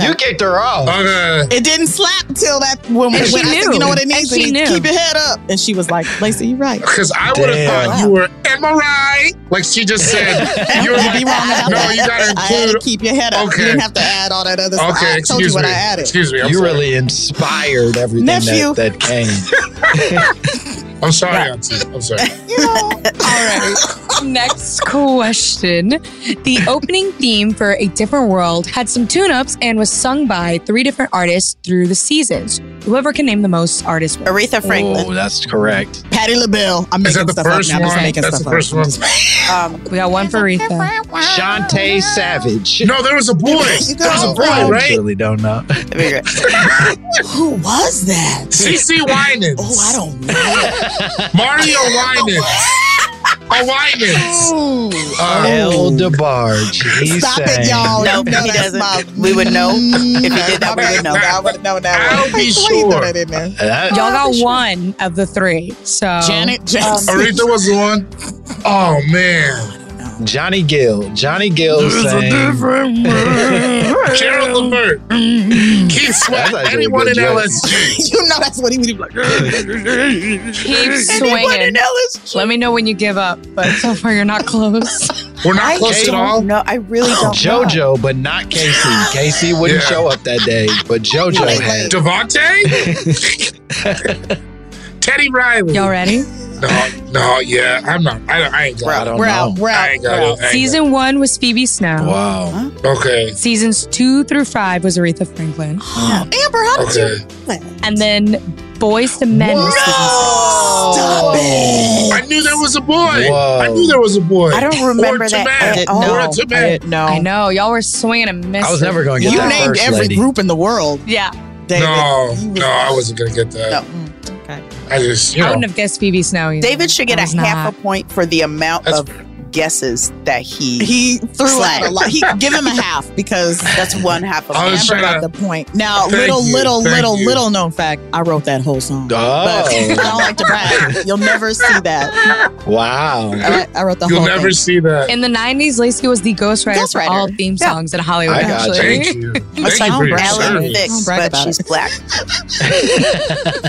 Speaker 4: you kicked her off.
Speaker 5: Okay.
Speaker 2: It didn't slap till that when,
Speaker 7: And she
Speaker 2: when I said,
Speaker 7: knew.
Speaker 2: you know what it
Speaker 7: And
Speaker 2: means.
Speaker 7: she
Speaker 2: It means
Speaker 7: knew.
Speaker 2: Keep your head up. And she was like, Lacey, you right.
Speaker 5: Because I would have
Speaker 4: Damn.
Speaker 5: thought you were, am I right? Like she just said. You were
Speaker 2: You'd be
Speaker 5: like,
Speaker 2: wrong about
Speaker 5: no,
Speaker 2: that.
Speaker 5: you gotta
Speaker 2: I had to
Speaker 5: include.
Speaker 2: keep your head up.
Speaker 5: Okay.
Speaker 2: You didn't have to add all that other stuff.
Speaker 5: Okay,
Speaker 2: I told you
Speaker 5: excuse
Speaker 2: what
Speaker 5: me.
Speaker 2: I added.
Speaker 5: Excuse me. I'm
Speaker 4: You
Speaker 5: sorry.
Speaker 4: really inspired everything
Speaker 2: Nephew.
Speaker 4: that, that came.
Speaker 5: I'm sorry, Auntie. I'm sorry.
Speaker 7: Next question. The opening theme for A Different World had some tune ups and was sung by three different artists through the seasons. Whoever can name the most artists. wins.
Speaker 6: Aretha Franklin.
Speaker 4: Oh, that's correct.
Speaker 2: Patty LaBelle. I'm
Speaker 5: Is that
Speaker 2: making
Speaker 5: the
Speaker 2: stuff up
Speaker 5: first
Speaker 2: now. I'm just
Speaker 5: one?
Speaker 2: making
Speaker 5: That's
Speaker 2: stuff
Speaker 5: the
Speaker 2: up.
Speaker 5: first one.
Speaker 6: Um,
Speaker 7: We got one for Aretha.
Speaker 4: Shantae Savage.
Speaker 5: No, there was a boy.
Speaker 2: You
Speaker 5: There was
Speaker 2: guys
Speaker 5: a
Speaker 2: are
Speaker 5: boy,
Speaker 2: wrong.
Speaker 4: I
Speaker 5: right?
Speaker 4: really don't know.
Speaker 6: that'd be great.
Speaker 2: Who was that?
Speaker 5: CC Winans.
Speaker 2: Oh, I don't know.
Speaker 5: Mario Winans. A Winans. Oh.
Speaker 2: Ooh.
Speaker 4: El DeBarge. He
Speaker 2: Stop
Speaker 4: sang.
Speaker 2: it, y'all.
Speaker 6: No,
Speaker 2: You know
Speaker 6: he
Speaker 2: that's
Speaker 6: doesn't.
Speaker 2: my-
Speaker 6: We would know. If he
Speaker 2: Mm,
Speaker 6: did that, we
Speaker 2: I
Speaker 6: would know.
Speaker 2: I would know that.
Speaker 5: I'll
Speaker 2: one.
Speaker 5: be
Speaker 2: Why you throw
Speaker 5: sure.
Speaker 2: that in there?
Speaker 4: That-
Speaker 7: Y'all got one Um, of the three.
Speaker 6: Um,
Speaker 7: So
Speaker 2: Janet Jackson.
Speaker 5: Aretha was the one. Oh man.
Speaker 4: Johnny Gill. Johnny Gill sang.
Speaker 5: Gerald Levert. Keith Sweat.
Speaker 4: That's actually
Speaker 5: Anyone
Speaker 4: a
Speaker 5: in
Speaker 4: good joke.
Speaker 5: LSG.
Speaker 2: you know that's what he would be like.
Speaker 7: keep
Speaker 2: Anyone in
Speaker 7: swinging.
Speaker 2: LSG?
Speaker 7: Let me know when you give up, but so far you're not close.
Speaker 5: We're not close at all.
Speaker 6: No, I really don't. know.
Speaker 4: JoJo, but not Casey. Casey wouldn't
Speaker 5: Yeah.
Speaker 4: show up that day, but JoJo
Speaker 2: Wait,
Speaker 4: had.
Speaker 5: Devontae? Teddy Riley.
Speaker 7: Y'all ready?
Speaker 5: No, no, yeah. I'm not. I, don't- I ain't
Speaker 4: I
Speaker 5: got it.
Speaker 4: don't
Speaker 2: We're
Speaker 4: know.
Speaker 2: out. We're out.
Speaker 5: I ain't
Speaker 2: we're
Speaker 5: got
Speaker 2: out.
Speaker 5: it. I ain't
Speaker 7: Season one was Phoebe Snow.
Speaker 4: Wow.
Speaker 5: got it. Okay.
Speaker 7: Seasons two through five was Aretha Franklin.
Speaker 2: Amber, how did
Speaker 5: Okay.
Speaker 2: you?
Speaker 7: And then Boys to Men was season
Speaker 2: Stop it.
Speaker 5: I knew there was a boy.
Speaker 4: Whoa.
Speaker 5: I knew there was a boy.
Speaker 6: I don't remember
Speaker 5: or
Speaker 6: that
Speaker 5: Tibet.
Speaker 6: at
Speaker 5: Or
Speaker 6: all.
Speaker 5: a Tibet.
Speaker 2: No.
Speaker 7: I know. Y'all were swinging a miss.
Speaker 4: I was never going to get
Speaker 2: You
Speaker 4: that
Speaker 2: named
Speaker 4: first
Speaker 2: every
Speaker 4: lady.
Speaker 2: group in the world,
Speaker 7: Yeah.
Speaker 2: David.
Speaker 5: No,
Speaker 2: You was-
Speaker 5: no, I wasn't gonna get that.
Speaker 6: No.
Speaker 5: I just, you
Speaker 7: I
Speaker 5: know,
Speaker 7: wouldn't have guessed Phoebe Snow either.
Speaker 6: David should get
Speaker 7: I
Speaker 6: a
Speaker 7: was
Speaker 6: half
Speaker 7: not.
Speaker 6: a point for the amount
Speaker 5: That's
Speaker 6: of guesses that he.
Speaker 2: He threw out a lot. He give him a half because
Speaker 6: that's one half of
Speaker 5: I was
Speaker 6: Amber.
Speaker 2: Amber got
Speaker 5: to-
Speaker 2: the point. Now,
Speaker 5: Thank
Speaker 2: little,
Speaker 5: you,
Speaker 2: little,
Speaker 5: thank
Speaker 2: little,
Speaker 5: you. Oh.
Speaker 2: little known fact: I wrote that whole song. But I don't
Speaker 4: Oh,
Speaker 2: like to brag. You'll never see that.
Speaker 4: wow.
Speaker 2: I, I wrote the
Speaker 5: you'll
Speaker 2: whole
Speaker 5: never
Speaker 2: thing.
Speaker 5: see that.
Speaker 7: In the 90s, Lacey was the ghostwriter for
Speaker 2: Ghostwriter.
Speaker 7: all theme
Speaker 2: Yeah.
Speaker 7: songs in Hollywood,
Speaker 4: I got you.
Speaker 7: actually.
Speaker 5: Thank you.
Speaker 6: It's
Speaker 5: Thank
Speaker 6: like
Speaker 5: you for your
Speaker 6: Ellen
Speaker 5: service.
Speaker 6: Thicks,
Speaker 2: Brag
Speaker 6: but
Speaker 2: about
Speaker 6: she's black.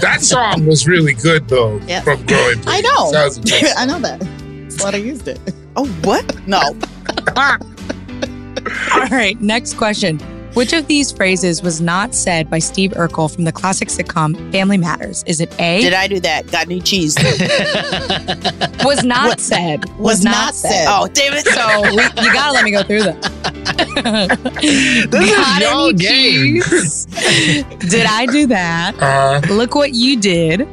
Speaker 5: That song was really good though.
Speaker 2: Yeah.
Speaker 5: From growing, Pains.
Speaker 2: I know.
Speaker 5: That was a good
Speaker 2: I know that. That's why I used it.
Speaker 6: Oh, what? No.
Speaker 7: All right, next question. Which of these phrases was not said by Steve Urkel from the classic sitcom Family Matters? Is it A,
Speaker 6: Did I do that? Got any cheese?
Speaker 7: was not said, was,
Speaker 2: was
Speaker 7: not,
Speaker 2: not
Speaker 7: said.
Speaker 2: said.
Speaker 6: Oh, damn it.
Speaker 7: So we, you gotta let me go through them. this
Speaker 4: is y'all game.
Speaker 7: Did I do that?
Speaker 5: Uh,
Speaker 7: Look what you did.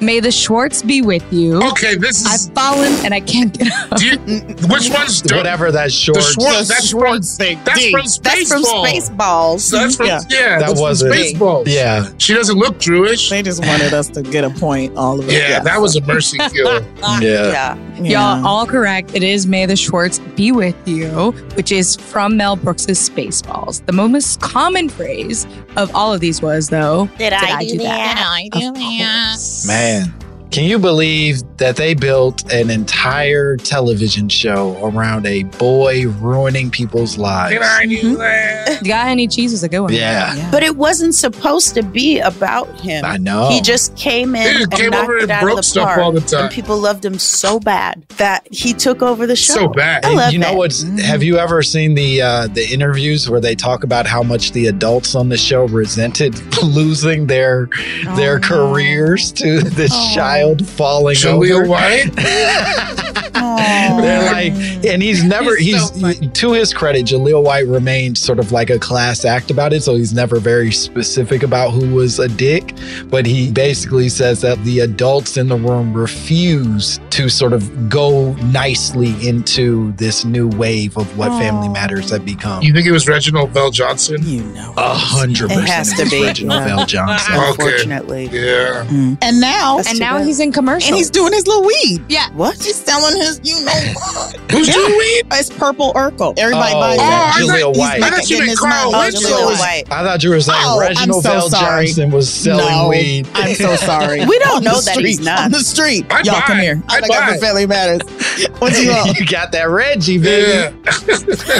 Speaker 7: May the Schwartz be with you.
Speaker 5: okay, this is.
Speaker 7: I've fallen and I can't get up.
Speaker 5: do you, which one's
Speaker 4: Whatever that short.
Speaker 5: The Schwartz. That's from.
Speaker 2: thing.
Speaker 5: That's from Spaceballs.
Speaker 6: That's from Spaceballs.
Speaker 5: That's from. Yeah,
Speaker 2: Yeah.
Speaker 5: that
Speaker 4: That
Speaker 5: that's
Speaker 4: wasn't-
Speaker 5: from Spaceballs.
Speaker 4: Yeah.
Speaker 5: she doesn't look Jewish.
Speaker 2: They just wanted us to get a point, all of us.
Speaker 5: Yeah, that was a mercy kill.
Speaker 4: Yeah.
Speaker 6: Yeah.
Speaker 7: Y'all, all correct. It is May the Schwartz be with you, which is from Mel Brooks' Spaceballs. The most common phrase of all of these was, though,
Speaker 6: Did,
Speaker 7: I do that?
Speaker 6: I do that?
Speaker 4: Man. Can you believe that they built an entire television show around a boy ruining people's lives?
Speaker 5: Can I do that?
Speaker 7: Mm-hmm. you got any cheese was a good one.
Speaker 4: Yeah.
Speaker 6: But it wasn't supposed to be about him.
Speaker 4: I know.
Speaker 6: He just came in
Speaker 5: He just
Speaker 6: and
Speaker 5: came
Speaker 6: knocked
Speaker 5: over
Speaker 6: it
Speaker 5: and
Speaker 6: out
Speaker 5: broke
Speaker 6: of the
Speaker 5: stuff
Speaker 6: park,
Speaker 5: all the time.
Speaker 6: And people loved him so bad that he took over the show.
Speaker 5: So bad. Mm-hmm.
Speaker 6: I love
Speaker 4: you know
Speaker 6: it.
Speaker 4: what's have you ever seen the uh, the interviews where they talk about how much the adults on the show resented losing their
Speaker 6: Oh.
Speaker 4: their careers to this child falling
Speaker 5: Julia
Speaker 4: over?
Speaker 5: White.
Speaker 4: They're like, and he's never,
Speaker 7: He's
Speaker 4: he's,
Speaker 7: so funny.
Speaker 4: to his credit, Jaleel White remained sort of like a class act about it. So he's never very specific about who was a dick. But he basically says that the adults in the room refuse to sort of go nicely into this new wave of what Family Matters have become.
Speaker 5: You think it was Reginald Bell Johnson?
Speaker 2: You know.
Speaker 4: A hundred
Speaker 6: It
Speaker 4: percent.
Speaker 6: has
Speaker 4: it
Speaker 6: to
Speaker 4: was
Speaker 6: be,
Speaker 4: Reginald
Speaker 6: yeah.
Speaker 4: Bell Johnson.
Speaker 5: Okay.
Speaker 6: Unfortunately.
Speaker 5: Yeah.
Speaker 2: And now,
Speaker 7: And now he's in commercials.
Speaker 2: and he's doing his little weed.
Speaker 6: What?
Speaker 2: He's selling his, you know, what.
Speaker 5: Who's
Speaker 2: Yeah.
Speaker 5: doing it?
Speaker 2: it's purple Urkel. Everybody
Speaker 4: Oh,
Speaker 2: buys
Speaker 5: Oh, I
Speaker 2: that.
Speaker 4: Jaleel
Speaker 5: thought-
Speaker 4: White.
Speaker 5: I thought you
Speaker 2: He's
Speaker 5: meant
Speaker 2: making
Speaker 5: Carl
Speaker 2: his money.
Speaker 6: Oh,
Speaker 2: Which
Speaker 6: Jaleel
Speaker 2: was-
Speaker 5: Winslow.
Speaker 6: White.
Speaker 4: I thought you were saying
Speaker 2: Oh, I'm
Speaker 4: Reginald
Speaker 2: so
Speaker 4: Bell
Speaker 2: sorry.
Speaker 4: Johnson was selling
Speaker 2: no,
Speaker 4: weed.
Speaker 2: I'm so sorry.
Speaker 6: We don't
Speaker 2: On
Speaker 6: know
Speaker 2: the
Speaker 6: that he's
Speaker 2: street-
Speaker 6: not.
Speaker 2: On the street.
Speaker 5: I
Speaker 2: Y'all come
Speaker 5: buy.
Speaker 2: here.
Speaker 5: I
Speaker 6: Oh
Speaker 2: I, got
Speaker 5: buy.
Speaker 2: the Family Matters. What you want?
Speaker 4: you got that Reggie, baby.
Speaker 5: Yeah.
Speaker 6: The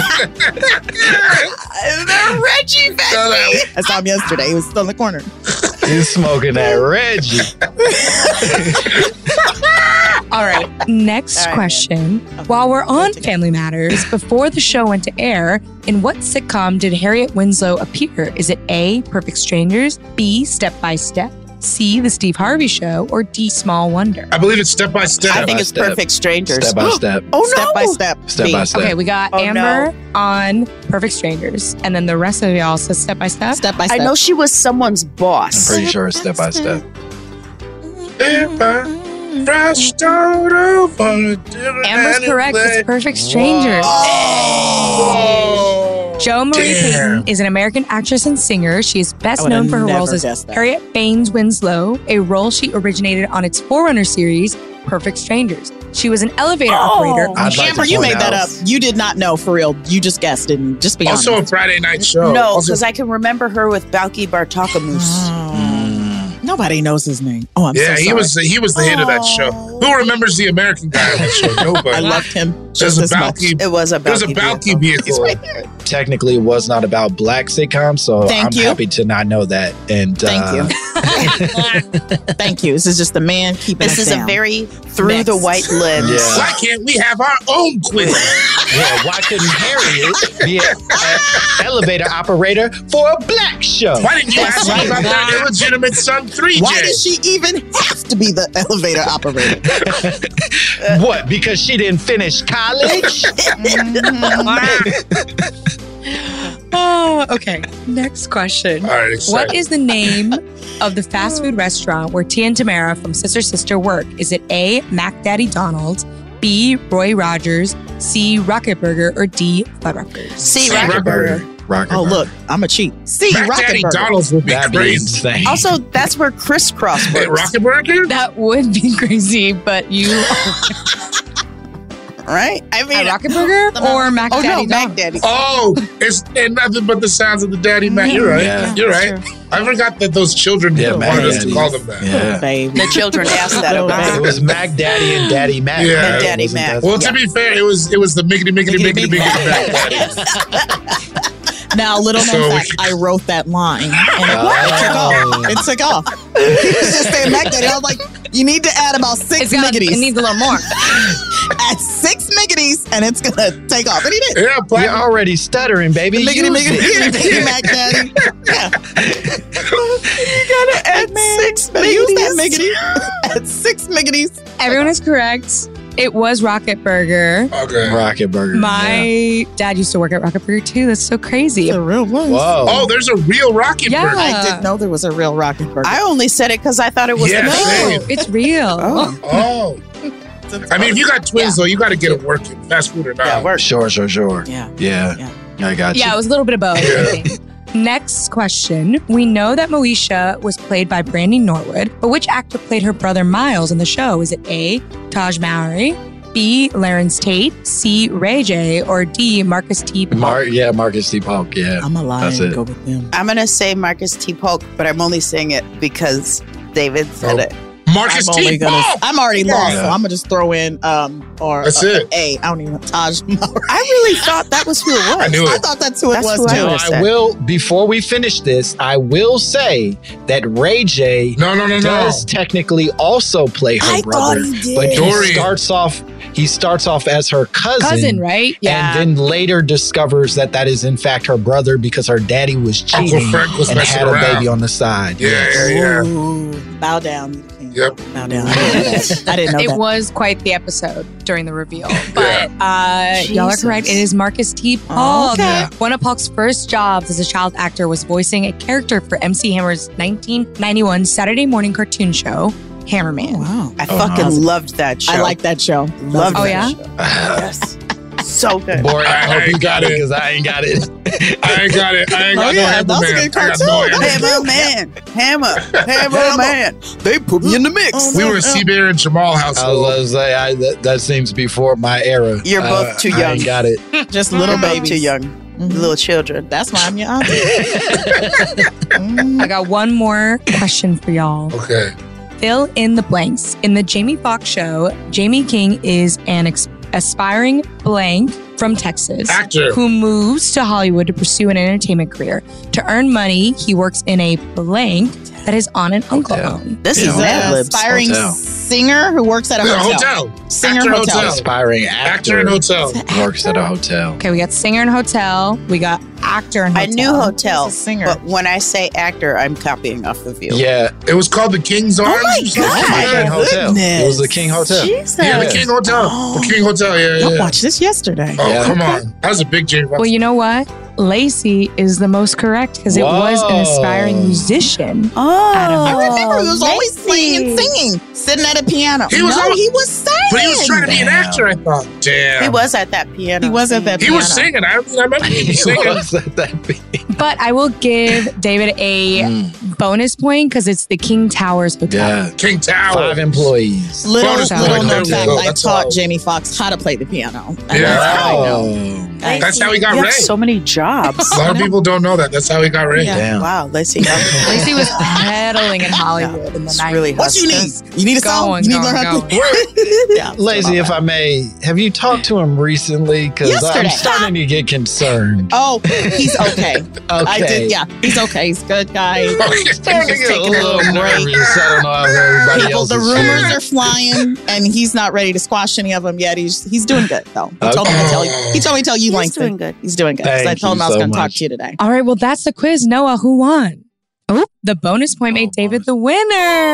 Speaker 6: Reggie
Speaker 5: Tell
Speaker 6: back.
Speaker 5: that-
Speaker 2: I saw him yesterday. He was still in the corner.
Speaker 4: He's smoking that Reggie.
Speaker 7: All right. Next
Speaker 6: All right,
Speaker 7: question. While we're on
Speaker 2: Okay.
Speaker 7: Family Matters, before the show went to air, in what sitcom did Harriet Winslow appear? Is it A, Perfect Strangers, B, Step by Step, C, The Steve Harvey Show, or D, Small Wonder?
Speaker 5: I believe it's step by step.
Speaker 6: I think it's
Speaker 4: Step by
Speaker 6: Perfect Strangers.
Speaker 4: Step by step.
Speaker 2: Oh, no. Step by step.
Speaker 4: Step by step.
Speaker 7: Okay, we got
Speaker 6: Oh,
Speaker 7: Amber on Perfect Strangers, and then the rest of y'all says Step by Step.
Speaker 2: Step by
Speaker 6: I
Speaker 2: step.
Speaker 6: know she was someone's
Speaker 4: I'm
Speaker 6: boss.
Speaker 4: pretty sure it's step by step.
Speaker 5: Step by- Rushed out of a different
Speaker 7: Amber's correct.
Speaker 5: place.
Speaker 7: It's Perfect Strangers.
Speaker 5: Oh.
Speaker 7: Jo Marie
Speaker 5: Damn.
Speaker 7: Payton is an American actress and singer. She is best
Speaker 2: I would've
Speaker 7: known for her
Speaker 2: never
Speaker 7: roles as
Speaker 2: guessed that.
Speaker 7: Harriet Baines Winslow, a role she originated on its forerunner series, Perfect Strangers. She was an elevator operator.
Speaker 2: Oh,
Speaker 7: on
Speaker 4: I'd like
Speaker 2: Amber,
Speaker 4: to
Speaker 2: you
Speaker 4: point
Speaker 2: made that
Speaker 4: out-
Speaker 2: up. You did not know for real. You just guessed and just be
Speaker 5: Also a
Speaker 2: honest.
Speaker 5: Friday night show.
Speaker 6: no,
Speaker 5: Also-
Speaker 6: because I can remember her with Balky Bartakamus.
Speaker 2: Oh.
Speaker 4: Hmm.
Speaker 2: Nobody knows his name. Oh, I'm so
Speaker 5: yeah, he
Speaker 2: sorry. Oh,
Speaker 5: was the, he was the hit of that show. Who remembers the American guy on that show?
Speaker 2: I
Speaker 5: Nobody.
Speaker 2: loved him.
Speaker 5: There's
Speaker 2: Just
Speaker 5: a
Speaker 2: as much.
Speaker 5: Balky.
Speaker 6: It was a
Speaker 5: There's a
Speaker 6: Balky.
Speaker 5: Balky
Speaker 6: vehicle.
Speaker 5: vehicle.
Speaker 4: Technically, it was not about black sitcoms, so
Speaker 2: Thank
Speaker 4: I'm
Speaker 2: you.
Speaker 4: happy to not know that. And
Speaker 2: Thank
Speaker 4: uh,
Speaker 2: you. Thank you. This is just the man keeping
Speaker 6: This
Speaker 2: us
Speaker 6: is a
Speaker 2: down.
Speaker 6: very through
Speaker 2: Next.
Speaker 6: the white lens.
Speaker 4: Yeah.
Speaker 5: Why can't we have our own quiz?
Speaker 4: yeah, why couldn't Harriet be an elevator operator for a black show?
Speaker 5: Why didn't you
Speaker 2: That's
Speaker 5: ask me
Speaker 2: right.
Speaker 5: about that illegitimate son 3J?
Speaker 2: Why does she even have to be the elevator operator?
Speaker 4: What? Because she didn't finish college?
Speaker 2: Mm-hmm.
Speaker 7: Oh, okay. Next question.
Speaker 5: All right, excited.
Speaker 7: What is the name of the fast food restaurant where Tia and Tamara from Sister Sister work? Is it A, Mac Daddy Donald's, B, Roy Rogers, C, Rocket Burger, or D, Fuddruckers?
Speaker 6: See,
Speaker 5: Rocket
Speaker 6: Rocket Burger.
Speaker 4: Rocket
Speaker 2: Oh, look, I'm a cheat. See,
Speaker 5: Mac Daddy Donald's would be
Speaker 4: That'd be
Speaker 5: crazy.
Speaker 4: insane.
Speaker 6: Also, that's where crisscross
Speaker 5: Hey,
Speaker 6: works,
Speaker 5: Rocket Burger?
Speaker 7: That would be crazy, but you
Speaker 6: right? I mean,
Speaker 7: a Rocket Burger or Mac
Speaker 6: oh
Speaker 7: Daddy
Speaker 6: no,
Speaker 7: Donald's?
Speaker 6: Mac Daddy.
Speaker 5: Oh, it's and nothing but the sounds of the daddy Mac. You're right.
Speaker 4: Yeah.
Speaker 5: You're right. I forgot that those children
Speaker 4: Yeah, Mac
Speaker 5: wanted us to
Speaker 4: Daddies.
Speaker 5: call them that.
Speaker 4: yeah.
Speaker 2: Oh, Baby. Oh,
Speaker 6: The children asked that of
Speaker 4: It
Speaker 6: us.
Speaker 4: was Mac Daddy and Daddy Mac.
Speaker 5: Yeah. And
Speaker 6: Daddy
Speaker 4: Wasn't
Speaker 6: Mac.
Speaker 4: that-
Speaker 5: Well, to be fair, it was it was the miggity miggity
Speaker 2: Miggity,
Speaker 5: miggity miggity
Speaker 2: miggity.
Speaker 5: Mac Daddies.
Speaker 2: Now, little
Speaker 5: So-
Speaker 2: known fact, I wrote that line and it, it took
Speaker 4: Oh.
Speaker 2: off. It took off. He was just saying Mac Daddy. I was like, you need to add about 6
Speaker 7: It's got
Speaker 2: miggities.
Speaker 7: it needs a little more.
Speaker 2: add six miggities and it's gonna take off. And he did.
Speaker 5: Yeah,
Speaker 4: You're
Speaker 5: platinum.
Speaker 4: already stuttering, baby.
Speaker 2: Miggity,
Speaker 4: Use
Speaker 2: miggity,
Speaker 4: it.
Speaker 2: miggity, miggity, Mac Daddy. Yeah. you gotta add six miggities. Use that miggity. add six miggities.
Speaker 7: Everyone is correct. It was Rocket Burger.
Speaker 5: Okay.
Speaker 4: Rocket Burger.
Speaker 7: My dad used to work at Rocket Burger too. That's so crazy.
Speaker 2: The real
Speaker 4: yeah.
Speaker 2: one.
Speaker 4: Whoa.
Speaker 5: Oh, there's a real Rocket
Speaker 7: Yeah.
Speaker 5: Burger.
Speaker 2: I didn't know there was a real rocket burger.
Speaker 6: I only said it because I thought it was
Speaker 5: Yeah,
Speaker 6: the
Speaker 5: same.
Speaker 6: name.
Speaker 7: It's real.
Speaker 5: Oh, I mean, if you got twins though, you got to get it working, fast food or not.
Speaker 6: Yeah, work.
Speaker 4: Sure, sure, sure.
Speaker 2: Yeah.
Speaker 4: Yeah. I got you.
Speaker 7: Yeah, it was a little bit of both. I
Speaker 5: Yeah.
Speaker 7: think. Next question. We know that Moesha was played by Brandy Norwood, but which actor played her brother Miles in the show? Is it A, Taj Mowry, B, Lawrence Tate, C, Ray J, or D, Marcus T. Paul?
Speaker 4: Mar- yeah, Marcus D. Polk. Yeah.
Speaker 2: I'm a liar.
Speaker 4: That's it.
Speaker 2: Go with them.
Speaker 6: I'm gonna say Marcus T. Polk, but I'm only saying it because David said
Speaker 5: Oh.
Speaker 6: it.
Speaker 5: Marcus
Speaker 2: I'm
Speaker 5: T.
Speaker 2: only gonna,
Speaker 5: Ball.
Speaker 2: I'm already
Speaker 5: Yeah.
Speaker 2: lost, so I'm gonna just throw in um or
Speaker 5: That's
Speaker 2: uh,
Speaker 5: it.
Speaker 2: A. I don't even Taj Mahal.
Speaker 6: I really thought that was who it was.
Speaker 5: I knew
Speaker 2: I
Speaker 5: it.
Speaker 2: thought that's who
Speaker 6: That's
Speaker 2: it
Speaker 6: who
Speaker 2: was
Speaker 6: I
Speaker 2: too.
Speaker 4: No, I
Speaker 6: understand.
Speaker 4: will. Before we finish this, I will say that Ray J
Speaker 5: No, no, no, no.
Speaker 4: does technically also play her
Speaker 2: I thought
Speaker 4: brother,
Speaker 2: he did.
Speaker 4: but he
Speaker 5: Dorian.
Speaker 4: starts off. He starts off as her cousin,
Speaker 7: Cousin, right?
Speaker 4: And then later discovers that that is in fact her brother because her daddy was
Speaker 5: Uncle
Speaker 4: cheating
Speaker 5: Frank was
Speaker 4: and
Speaker 5: messing
Speaker 4: had a
Speaker 5: around.
Speaker 4: baby on the side.
Speaker 5: yeah, yeah, yeah.
Speaker 2: Ooh, bow down.
Speaker 5: Yep.
Speaker 2: Bow down. I didn't know
Speaker 7: it
Speaker 2: that.
Speaker 7: was quite the episode during the reveal. But uh, y'all are
Speaker 6: Jesus.
Speaker 7: correct. It is Marcus T. Paul.
Speaker 2: Okay. Yeah.
Speaker 7: One of Paul's first jobs as a child actor was voicing a character for MC Hammer's 1991 Saturday morning cartoon show, Hammerman.
Speaker 2: Oh, wow.
Speaker 6: I
Speaker 5: Oh,
Speaker 6: fucking
Speaker 2: no.
Speaker 6: loved that show.
Speaker 2: I like that show.
Speaker 6: loved
Speaker 7: Oh,
Speaker 6: that
Speaker 7: yeah?
Speaker 6: show. Yes. so good.
Speaker 4: Boy, I,
Speaker 5: I- I
Speaker 4: hope you
Speaker 5: ain't
Speaker 4: got
Speaker 5: got
Speaker 4: it
Speaker 5: it.
Speaker 4: because I ain't got it.
Speaker 5: I ain't got it. I ain't
Speaker 2: Oh,
Speaker 5: got
Speaker 2: yeah,
Speaker 5: no
Speaker 2: that was a
Speaker 5: Hammerman.
Speaker 2: good
Speaker 5: I got no
Speaker 2: cartoon.
Speaker 5: Hammerman.
Speaker 6: Hammer man, hammer, hammer man. Oh, They put me in the
Speaker 2: Oh,
Speaker 6: mix.
Speaker 5: We were a Sea Bear and Jamal
Speaker 4: I was
Speaker 5: household.
Speaker 4: gonna say I, that, that seems before my era.
Speaker 6: You're
Speaker 4: Uh,
Speaker 6: both too
Speaker 4: I
Speaker 6: young.
Speaker 4: ain't got it.
Speaker 2: Just
Speaker 6: Little
Speaker 2: little
Speaker 6: baby,
Speaker 2: babies.
Speaker 6: too young,
Speaker 2: Mhm.
Speaker 6: little children.
Speaker 2: That's why I'm your auntie. Mm.
Speaker 7: I got one more question for y'all.
Speaker 5: Okay.
Speaker 7: Fill in the blanks. In the Jamie Foxx show, Jamie King is an ex- aspiring blank from Texas.
Speaker 5: Actor.
Speaker 7: who moves to Hollywood to pursue an entertainment career. To earn money, he works in a blank that his aunt and uncle
Speaker 4: Hotel.
Speaker 7: own.
Speaker 6: This
Speaker 4: Yeah.
Speaker 6: is Mad
Speaker 2: an
Speaker 6: Libs.
Speaker 2: aspiring
Speaker 4: Hotel.
Speaker 2: singer who works at a
Speaker 5: Yeah,
Speaker 2: hotel.
Speaker 5: hotel.
Speaker 2: Singer
Speaker 5: Actor
Speaker 2: hotel.
Speaker 5: hotel.
Speaker 4: Aspiring
Speaker 5: Actor
Speaker 4: actor,
Speaker 5: and hotel.
Speaker 4: works at a hotel.
Speaker 7: Okay, we got singer and hotel. We got actor and
Speaker 6: I
Speaker 7: hotel.
Speaker 6: knew hotel,
Speaker 2: He's a singer.
Speaker 6: but when I say actor, I'm copying off of you.
Speaker 4: Yeah,
Speaker 5: It was called the King's Arms.
Speaker 2: my
Speaker 5: or something.
Speaker 2: God.
Speaker 4: King
Speaker 5: Yeah.
Speaker 4: Hotel.
Speaker 2: goodness.
Speaker 4: It was the King Hotel.
Speaker 6: Jesus.
Speaker 5: Yeah, the
Speaker 4: Yeah.
Speaker 5: King Hotel.
Speaker 2: Oh.
Speaker 5: The King Hotel. Yeah,
Speaker 2: I
Speaker 5: yeah.
Speaker 2: watched this yesterday.
Speaker 5: Oh,
Speaker 4: Yeah.
Speaker 5: come on. That was a big Jamie Foxx.
Speaker 7: Well, you know what? Lacey is the most correct because it was an aspiring
Speaker 4: Whoa.
Speaker 7: musician.
Speaker 6: Oh,
Speaker 7: I
Speaker 2: I remember he was always
Speaker 6: Lacey.
Speaker 2: playing and singing, sitting at a piano.
Speaker 5: He was
Speaker 2: no,
Speaker 5: always-
Speaker 2: he was singing.
Speaker 5: But he was trying to be an actor, I thought. Damn.
Speaker 6: He was at that piano.
Speaker 2: He was at that
Speaker 5: He was
Speaker 2: piano.
Speaker 5: singing. I, I remember him singing.
Speaker 4: was at that big-
Speaker 7: But I will give David a
Speaker 2: Mm.
Speaker 7: bonus point because it's the King Towers Hotel.
Speaker 4: Yeah.
Speaker 5: King Tower.
Speaker 4: Five employees.
Speaker 2: Little,
Speaker 5: Bonus
Speaker 2: little
Speaker 7: point,
Speaker 2: known
Speaker 7: there
Speaker 5: we
Speaker 2: fact,
Speaker 5: go.
Speaker 2: I
Speaker 5: That's
Speaker 2: taught
Speaker 5: all.
Speaker 2: Jamie Foxx how to play the piano. And
Speaker 5: Yeah.
Speaker 2: That's how I know.
Speaker 4: Oh,
Speaker 2: I-
Speaker 5: That's how he got
Speaker 6: you
Speaker 5: Ray.
Speaker 6: have so many jobs.
Speaker 5: A lot of people don't know that. That's how he got Ray.
Speaker 2: Yeah.
Speaker 4: damn.
Speaker 6: wow, Lacey.
Speaker 7: Lacey was peddling in Hollywood in the
Speaker 6: It's
Speaker 7: 90s.
Speaker 6: really hard.
Speaker 2: What you need? You need a song?
Speaker 7: Going,
Speaker 2: you need to learn
Speaker 7: going,
Speaker 2: how to play. yeah,
Speaker 4: Lazy, if I may, have you talked to him recently? Because I'm
Speaker 2: Yesterday.
Speaker 4: starting to get concerned.
Speaker 2: Oh, he's okay.
Speaker 4: Okay.
Speaker 2: I did. Yeah, he's okay. He's a good guy.
Speaker 4: I'm
Speaker 2: He's
Speaker 4: getting a
Speaker 2: taking a
Speaker 4: little
Speaker 2: little break.
Speaker 4: nervous. I don't know how everybody
Speaker 2: People,
Speaker 4: else
Speaker 2: the
Speaker 4: is
Speaker 2: rumors
Speaker 4: feeling.
Speaker 2: are flying, and he's not ready to squash any of them yet. He's he's doing good though. He told me to tell you. He told me to tell you,
Speaker 6: He's
Speaker 2: Langston.
Speaker 6: doing good.
Speaker 2: He's doing good. 'cause I
Speaker 4: Thank
Speaker 2: told him
Speaker 4: you
Speaker 2: I was
Speaker 4: so
Speaker 2: going to talk
Speaker 4: much.
Speaker 2: to you today.
Speaker 7: All right, well, that's the quiz. Noah, who won? Oh, the bonus point made David the winner.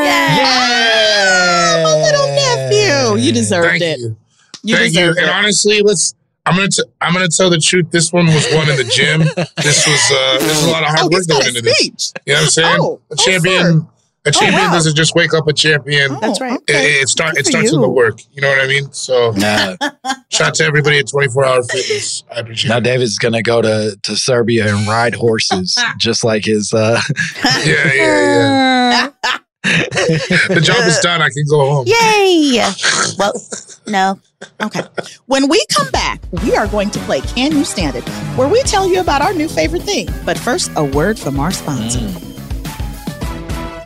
Speaker 4: Yeah.
Speaker 2: My little nephew, you deserved
Speaker 5: Thank
Speaker 2: it.
Speaker 5: you.
Speaker 2: You
Speaker 5: Thank you.
Speaker 2: deserved
Speaker 5: And
Speaker 2: it.
Speaker 5: honestly, let's. I'm gonna. T- I'm gonna tell the truth. This one was won in the gym. this was. Uh, this is a lot of hard
Speaker 2: Oh,
Speaker 5: work
Speaker 2: he's
Speaker 5: that
Speaker 2: got
Speaker 5: went
Speaker 2: a
Speaker 5: into this.
Speaker 2: speech.
Speaker 5: You know what I'm saying?
Speaker 2: Oh,
Speaker 5: a
Speaker 2: oh,
Speaker 5: champion. a champion
Speaker 2: wow.
Speaker 5: doesn't just wake up a champion.
Speaker 2: Oh,
Speaker 6: That's right.
Speaker 2: okay.
Speaker 5: It, it start.
Speaker 6: Good
Speaker 5: It
Speaker 6: for
Speaker 5: starts with
Speaker 6: you.
Speaker 5: the work. You know what I mean? So
Speaker 4: No,
Speaker 5: shout out to everybody at 24 Hour Fitness. I appreciate
Speaker 4: now
Speaker 5: it.
Speaker 4: David's gonna go to, to Serbia and ride horses, just like his. Uh,
Speaker 5: Yeah, yeah, yeah. The job is done. I can go home.
Speaker 6: Yay! Well, no.
Speaker 2: Okay. When we come back, we are going to play Can You Stand It, where we tell you about our new favorite thing. But first, a word from our sponsor.
Speaker 1: Mm.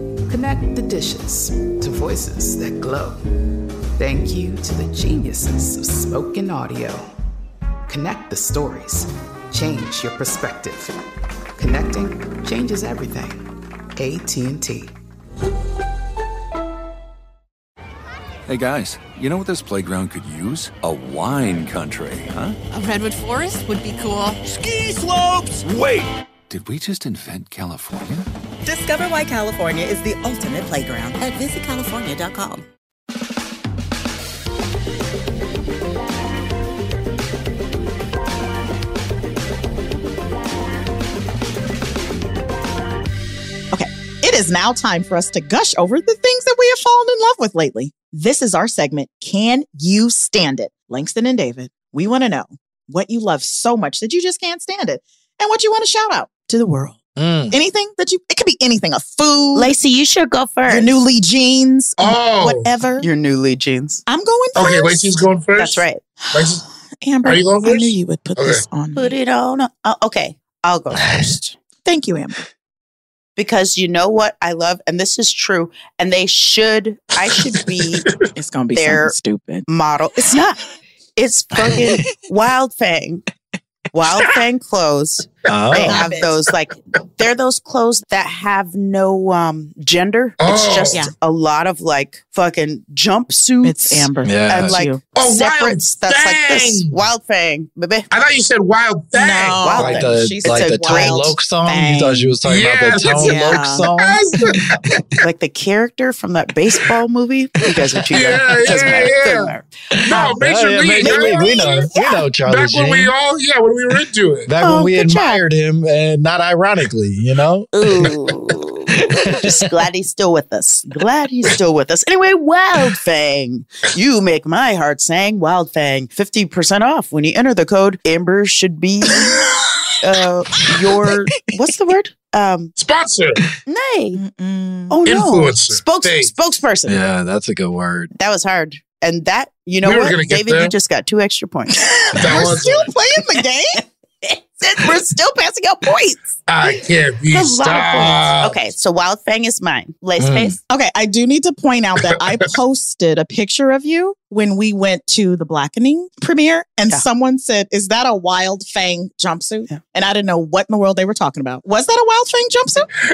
Speaker 1: Connect the dishes to voices that glow. Thank you to the geniuses of spoken audio. Connect the stories. Change your perspective. Connecting changes everything. AT&T.
Speaker 8: Hey guys, you know what this playground could use? A wine country, huh?
Speaker 9: A redwood forest would be cool.
Speaker 8: Ski slopes! Wait! Did we just invent California?
Speaker 9: Discover why California is the ultimate playground at visitcalifornia.com.
Speaker 2: It is now time for us to gush over the things that we have fallen in love with lately. This is our segment, Can You Stand It? Langston and David, we want to know what you love so much that you just can't stand it and what you want to shout out to the world.
Speaker 4: Mm.
Speaker 2: Anything that you, it could be anything, a food,
Speaker 6: Lacey, you should go first.
Speaker 2: your newly jeans,
Speaker 5: Oh.
Speaker 2: whatever.
Speaker 6: Your newly jeans.
Speaker 2: I'm going first.
Speaker 5: Okay, Lacey's going first.
Speaker 6: That's right.
Speaker 5: Lacey's-
Speaker 2: Amber,
Speaker 5: Are you going
Speaker 2: I
Speaker 5: first?
Speaker 2: knew you would put
Speaker 5: Okay.
Speaker 2: this on.
Speaker 6: Put
Speaker 2: me.
Speaker 6: it on. Uh, okay, I'll go first.
Speaker 2: Thank you, Amber.
Speaker 6: because you know what I love, and this is true, and they should, I should be
Speaker 2: It's going to be
Speaker 6: They're-
Speaker 2: something stupid.
Speaker 6: model. It's not. It's fucking Wild Fang. Wild Fang clothes. They
Speaker 4: Oh,
Speaker 6: have those like they're those clothes that have no um gender.
Speaker 5: Oh.
Speaker 6: It's just
Speaker 2: Yeah.
Speaker 6: a lot of like fucking jumpsuits
Speaker 2: It's Amber.
Speaker 4: Yeah.
Speaker 6: and like
Speaker 2: you.
Speaker 5: Oh,
Speaker 6: separate
Speaker 5: Wild
Speaker 6: stuff like this.
Speaker 5: Fang.
Speaker 6: Wild Fang, baby.
Speaker 5: I thought you said Wild Thing.
Speaker 2: No.
Speaker 6: Wild
Speaker 4: like
Speaker 6: Thing.
Speaker 4: the
Speaker 2: She's
Speaker 4: like
Speaker 6: a
Speaker 4: the Tone
Speaker 6: great
Speaker 4: Loc song. You
Speaker 2: thing.
Speaker 4: thought she was talking
Speaker 5: Yeah,
Speaker 4: about the Tone
Speaker 2: yeah.
Speaker 4: Loc song.
Speaker 6: like the character from that baseball movie. You guys are too young.
Speaker 5: Yeah,
Speaker 6: Doesn't
Speaker 5: yeah,
Speaker 6: matter.
Speaker 5: yeah.
Speaker 6: Doesn't matter.
Speaker 5: No,
Speaker 4: Oh,
Speaker 5: Major
Speaker 4: yeah,
Speaker 5: League.
Speaker 4: Major
Speaker 5: yeah.
Speaker 4: League, We know, we know Charlie
Speaker 5: Back when
Speaker 4: Sheen.
Speaker 5: we all, yeah, when we were into it.
Speaker 4: Back
Speaker 6: Oh,
Speaker 4: when we
Speaker 6: good job.
Speaker 4: fired him, and not ironically, you know.
Speaker 6: Ooh. Just glad he's still with us. Glad he's still with us. Anyway, Wild Fang. You make my heart sang. Wild Fang. 50% off when you enter the code. Amber should be uh, your, what's the word? Um,
Speaker 5: Sponsor.
Speaker 6: Nay. Oh, no.
Speaker 4: Influencer.
Speaker 6: Spokes-
Speaker 4: Thanks.
Speaker 6: spokesperson.
Speaker 4: Yeah, that's a good word.
Speaker 6: That was hard. And that, you know
Speaker 4: We were
Speaker 6: what?
Speaker 4: gonna get
Speaker 6: David,
Speaker 4: there.
Speaker 6: you just got two extra points.
Speaker 5: That was
Speaker 2: Still playing the game?
Speaker 6: We're still passing out points.
Speaker 5: I can't be
Speaker 6: That's a lot of points.
Speaker 5: stopped.
Speaker 6: Okay, so Wild Fang is mine.
Speaker 4: Hmm.
Speaker 6: Lace
Speaker 5: Mm.
Speaker 6: face.
Speaker 2: Okay, I do need to point out that I posted a picture of you when we went to the Blackening premiere, and
Speaker 6: Yeah.
Speaker 2: someone said, Is that a Wild Fang jumpsuit?
Speaker 6: Yeah.
Speaker 2: And I didn't know what in the world they were talking about. Was that a Wild Fang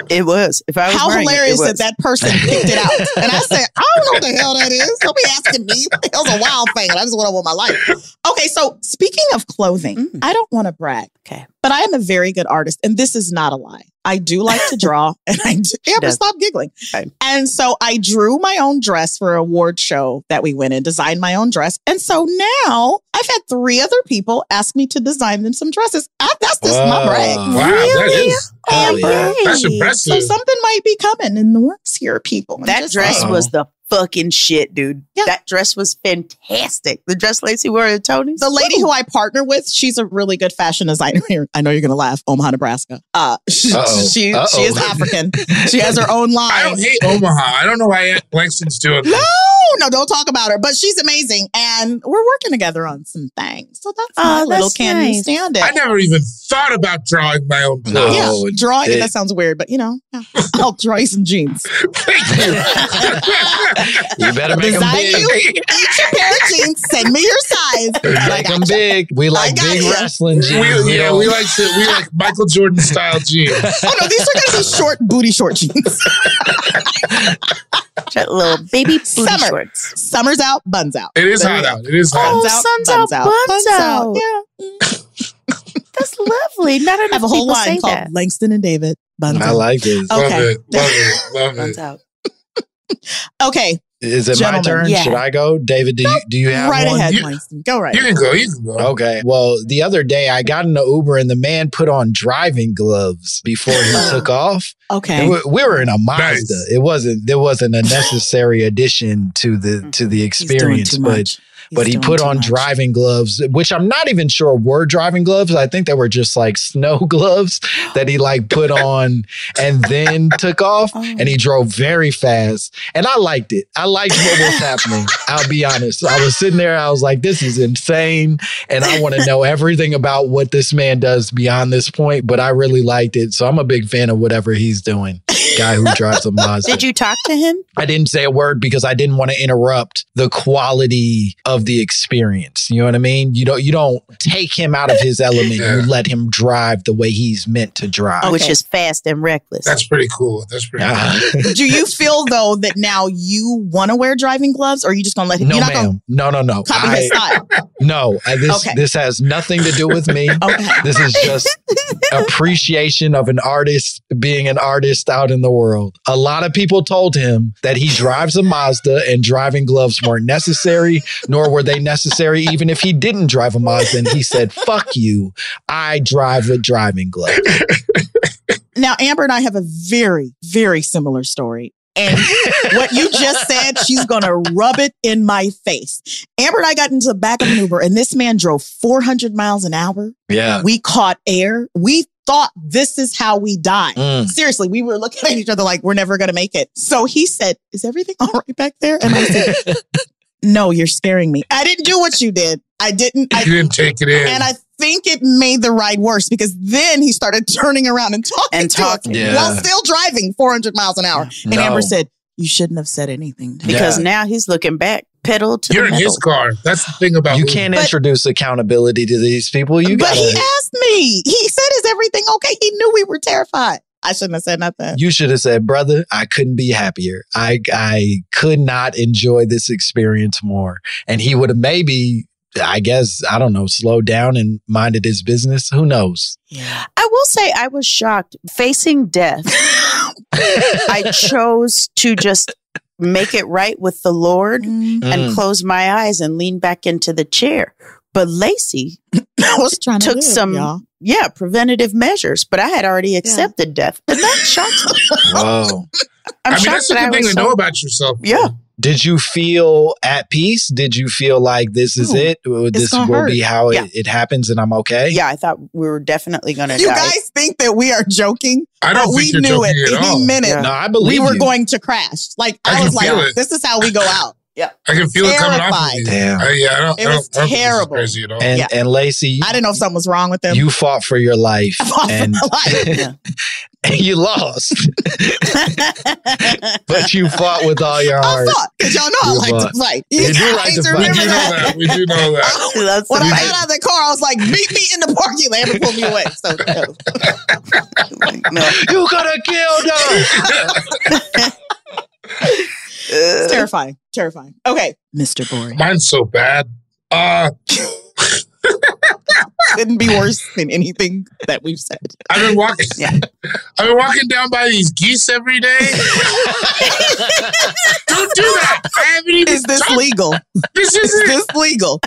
Speaker 2: jumpsuit?
Speaker 6: It was. If I was
Speaker 2: How
Speaker 6: wearing it, it
Speaker 2: hilarious
Speaker 6: was.
Speaker 2: that that person picked it out. And I said, I don't know what the hell that is. Don't be asking me. What the hell's a Wild Fang? And I just went on with my life. Okay, so speaking of clothing,
Speaker 6: Mm.
Speaker 2: I don't want to brag.
Speaker 6: Okay.
Speaker 2: But I am a very good artist, and this is not a lie. I do like to draw, and I do. Amber,
Speaker 6: does.
Speaker 2: stop giggling.
Speaker 6: Okay.
Speaker 2: And so I drew my own dress for a award show that we went in, designed my own dress. And so now I've had three other people ask me to design them some dresses. I, that's just my brag.
Speaker 5: Wow, that
Speaker 6: Really?
Speaker 5: is
Speaker 2: Amber.
Speaker 5: that's
Speaker 6: Hey.
Speaker 2: So
Speaker 5: impressive.
Speaker 2: something might be coming in the works here, people. I'm
Speaker 6: That
Speaker 2: just
Speaker 6: dress
Speaker 2: saying.
Speaker 5: saying.
Speaker 6: was the fucking shit, dude.
Speaker 2: Yeah.
Speaker 6: That dress was fantastic. The dress Lacey wore at Tony's.
Speaker 2: The lady who I partner with, she's a really good fashion designer here. I know you're gonna laugh. Omaha, Nebraska. Uh, she
Speaker 4: Uh-oh.
Speaker 2: she, she
Speaker 4: Uh-oh.
Speaker 2: is African. She has her own line.
Speaker 5: I don't hate Omaha. I don't know why Lexington's doing
Speaker 2: No,
Speaker 5: that.
Speaker 2: no, don't talk about her. But she's amazing, and we're working together on some things. So Ah, that's
Speaker 6: Oh,
Speaker 2: my
Speaker 6: that's
Speaker 2: little can you
Speaker 6: nice.
Speaker 2: stand
Speaker 5: I
Speaker 2: it?
Speaker 5: never even thought about drawing my own
Speaker 4: No.
Speaker 5: clothes.
Speaker 2: yeah,
Speaker 4: Oh,
Speaker 2: drawing.
Speaker 4: it-
Speaker 2: that sounds weird, but you know, yeah. I'll draw you some jeans.
Speaker 5: Thank you.
Speaker 4: You better make them
Speaker 2: Design
Speaker 4: big.
Speaker 2: you each a pair of jeans. Send me your size. And I
Speaker 4: Make
Speaker 2: got
Speaker 4: them
Speaker 2: you.
Speaker 4: big. We like
Speaker 2: got
Speaker 4: big
Speaker 2: you.
Speaker 4: wrestling jeans.
Speaker 5: We, yeah, we like to, we like Michael Jordan style jeans.
Speaker 2: Oh no, these are gonna be short booty short jeans.
Speaker 6: That little baby booty
Speaker 2: Summer.
Speaker 6: shorts.
Speaker 2: Summer's out, buns out.
Speaker 5: It is
Speaker 2: There we
Speaker 5: hot
Speaker 2: go.
Speaker 5: out. It is hot.
Speaker 6: Oh, sun's out, buns out.
Speaker 2: Yeah.
Speaker 6: That's lovely. Not enough
Speaker 2: I have a whole
Speaker 6: people
Speaker 2: line
Speaker 6: say
Speaker 2: called
Speaker 6: that.
Speaker 2: Langston and David Buns
Speaker 4: I
Speaker 2: Out.
Speaker 4: like this.
Speaker 2: Oh.
Speaker 5: Love
Speaker 2: okay.
Speaker 5: it. Love it. Love it.
Speaker 6: Buns out.
Speaker 2: Okay,
Speaker 4: Is it my
Speaker 2: Gentlemen,
Speaker 4: turn?
Speaker 6: yeah.
Speaker 4: Should I go? David, do you, do you have
Speaker 2: right
Speaker 4: one?
Speaker 2: ahead,
Speaker 5: You-
Speaker 2: Langston. Go right.
Speaker 5: You can go. You can go.
Speaker 4: Okay. Well, the other day I got in the Uber and the man put on driving gloves before he took off.
Speaker 2: Okay.
Speaker 4: And we, we were in a Mazda.
Speaker 5: Nice.
Speaker 4: It wasn't there wasn't a necessary addition to the to the
Speaker 2: Mm. He's doing too
Speaker 4: experience, but
Speaker 2: much. He's
Speaker 4: but he
Speaker 2: doing
Speaker 4: put
Speaker 2: too
Speaker 4: on
Speaker 2: much.
Speaker 4: driving gloves, which I'm not even sure were driving gloves. I think they were just like snow gloves that he like put on and then took off.
Speaker 6: Oh.
Speaker 4: And he drove very fast. And I liked it. I liked what was happening. I'll be honest. I was sitting there, I was like, this is insane. And I want to know everything about what this man does beyond this point, but I really liked it. So I'm a big fan of whatever he's doing. Guy who drives a Mazda.
Speaker 6: Did you talk to him?
Speaker 4: I didn't say a word because I didn't want to interrupt the quality of the experience. You know what I mean? You don't you don't take him out of his element.
Speaker 5: Yeah.
Speaker 4: You let him drive the way he's meant to drive.
Speaker 6: Oh, Which is fast and reckless.
Speaker 5: That's pretty cool. That's pretty
Speaker 4: Ah.
Speaker 2: Do you feel though that now you want to wear driving gloves, or are you just gonna let him?
Speaker 4: no,
Speaker 2: you're not
Speaker 4: ma'am. No, no, no.
Speaker 2: gonna copy
Speaker 4: I,
Speaker 2: his style.
Speaker 4: no, I- this
Speaker 2: Okay.
Speaker 4: this has nothing to do with me.
Speaker 2: Okay.
Speaker 4: This is just appreciation of an artist being an artist out in the world. A lot of people told him that he drives a Mazda and driving gloves weren't necessary, nor were they necessary even if he didn't drive a Mazda. And he said, fuck you, I drive with driving gloves.
Speaker 2: Now, Amber and I have a very, very similar story. And what you just said, she's going to rub it in my face. Amber and I got into the back of an Uber, and this man drove 400 miles an hour.
Speaker 4: Yeah.
Speaker 2: We caught air. We thought this is how we die.
Speaker 4: Mm.
Speaker 2: Seriously, we were looking at each other like, we're never going to make it. So he said, Is everything all right back there? And I said, No, you're scaring me. I didn't do what you did. I didn't.
Speaker 5: cool.
Speaker 2: I
Speaker 5: You didn't take it in.
Speaker 2: and I think it made the ride worse because then he started turning around and talking
Speaker 6: And
Speaker 2: to us
Speaker 6: talking.
Speaker 4: Yeah.
Speaker 2: while still driving 400 miles an hour. And
Speaker 4: No.
Speaker 2: Amber said, "You shouldn't have said anything."
Speaker 4: Yeah.
Speaker 6: because now he's looking back, pedal to
Speaker 5: You're
Speaker 6: the
Speaker 5: in
Speaker 6: metal.
Speaker 5: his car. That's the thing about
Speaker 4: You
Speaker 5: Uber.
Speaker 4: can't
Speaker 2: But-
Speaker 4: introduce accountability to these people. You
Speaker 2: but he
Speaker 4: gotta,
Speaker 2: asked me. He said, "Is everything okay?" He knew we were terrified. I shouldn't have said nothing.
Speaker 4: you should have said, brother, I couldn't be happier. I I could not enjoy this experience more. And he would have maybe, I guess, I don't know, slowed down and minded his business. Who knows?
Speaker 6: I will say I was shocked. Facing death, I chose to just make it right with the Lord
Speaker 2: Mm-hmm. Mm.
Speaker 6: and close my eyes and lean back into the chair. But Lacey
Speaker 2: I was trying to
Speaker 6: took
Speaker 2: live,
Speaker 6: some
Speaker 2: y'all.
Speaker 6: yeah, preventative measures, but I had already accepted death. And that shocks me.
Speaker 4: Wow.
Speaker 6: Oh. I'm
Speaker 5: I mean,
Speaker 6: shocked
Speaker 5: that's a
Speaker 6: that I
Speaker 5: good thing
Speaker 6: was
Speaker 5: to
Speaker 6: so-
Speaker 5: know about yourself.
Speaker 6: Yeah.
Speaker 4: Did you feel at peace? Did you feel like this is
Speaker 6: No.
Speaker 4: it? Or
Speaker 6: It's
Speaker 4: This will
Speaker 6: gonna hurt.
Speaker 4: be how
Speaker 6: Yeah.
Speaker 4: it, it happens and I'm okay?
Speaker 6: Yeah, I thought we were definitely going to
Speaker 2: You
Speaker 6: die.
Speaker 2: guys think that we are joking?
Speaker 5: I don't think
Speaker 2: But we
Speaker 5: you're
Speaker 2: knew it
Speaker 5: joking at
Speaker 2: any
Speaker 5: all.
Speaker 2: minute.
Speaker 4: No, I
Speaker 2: we
Speaker 4: believe
Speaker 2: were
Speaker 4: you.
Speaker 2: going to crash. Like
Speaker 5: I
Speaker 2: I,
Speaker 5: can
Speaker 2: was
Speaker 5: feel
Speaker 2: like,
Speaker 5: it.
Speaker 2: this is how we go out. yeah.
Speaker 5: I can feel it coming off of
Speaker 2: Terrified.
Speaker 5: you.
Speaker 4: Damn.
Speaker 5: Uh, yeah, I don't,
Speaker 2: It
Speaker 5: I don't, I don't
Speaker 2: was
Speaker 5: think this is
Speaker 2: terrible.
Speaker 5: crazy at all.
Speaker 4: and
Speaker 2: Yeah.
Speaker 4: and Lacey,
Speaker 2: I didn't know if something was wrong with them.
Speaker 4: you fought for your life
Speaker 2: I fought for
Speaker 4: and,
Speaker 2: my life.
Speaker 6: Yeah.
Speaker 4: and you lost, but you fought with all your
Speaker 2: I
Speaker 4: heart.
Speaker 2: fought because y'all know I
Speaker 4: You
Speaker 2: like
Speaker 4: fought.
Speaker 2: to fight.
Speaker 4: You do like
Speaker 2: I
Speaker 4: to
Speaker 2: used to
Speaker 4: fight.
Speaker 5: we do
Speaker 2: remember
Speaker 5: know
Speaker 2: that.
Speaker 5: that. We do know that.
Speaker 6: That's
Speaker 2: When I
Speaker 6: amazing.
Speaker 2: got out of the car, I was like, "Beat me in the parking lane and pull me away." So no.
Speaker 6: no.
Speaker 4: You could have killed her.
Speaker 6: Uh.
Speaker 2: it's terrifying, terrifying. Okay, Mr. Boring,
Speaker 5: Mine's so bad. Uh,
Speaker 2: couldn't be worse than anything that we've said.
Speaker 5: I've been walking.
Speaker 6: Yeah.
Speaker 5: I've been walking down by these geese every day. Don't do that. I haven't even.
Speaker 2: Is this
Speaker 5: talked-
Speaker 2: legal?
Speaker 5: This
Speaker 2: Is
Speaker 5: isn't.
Speaker 2: this legal?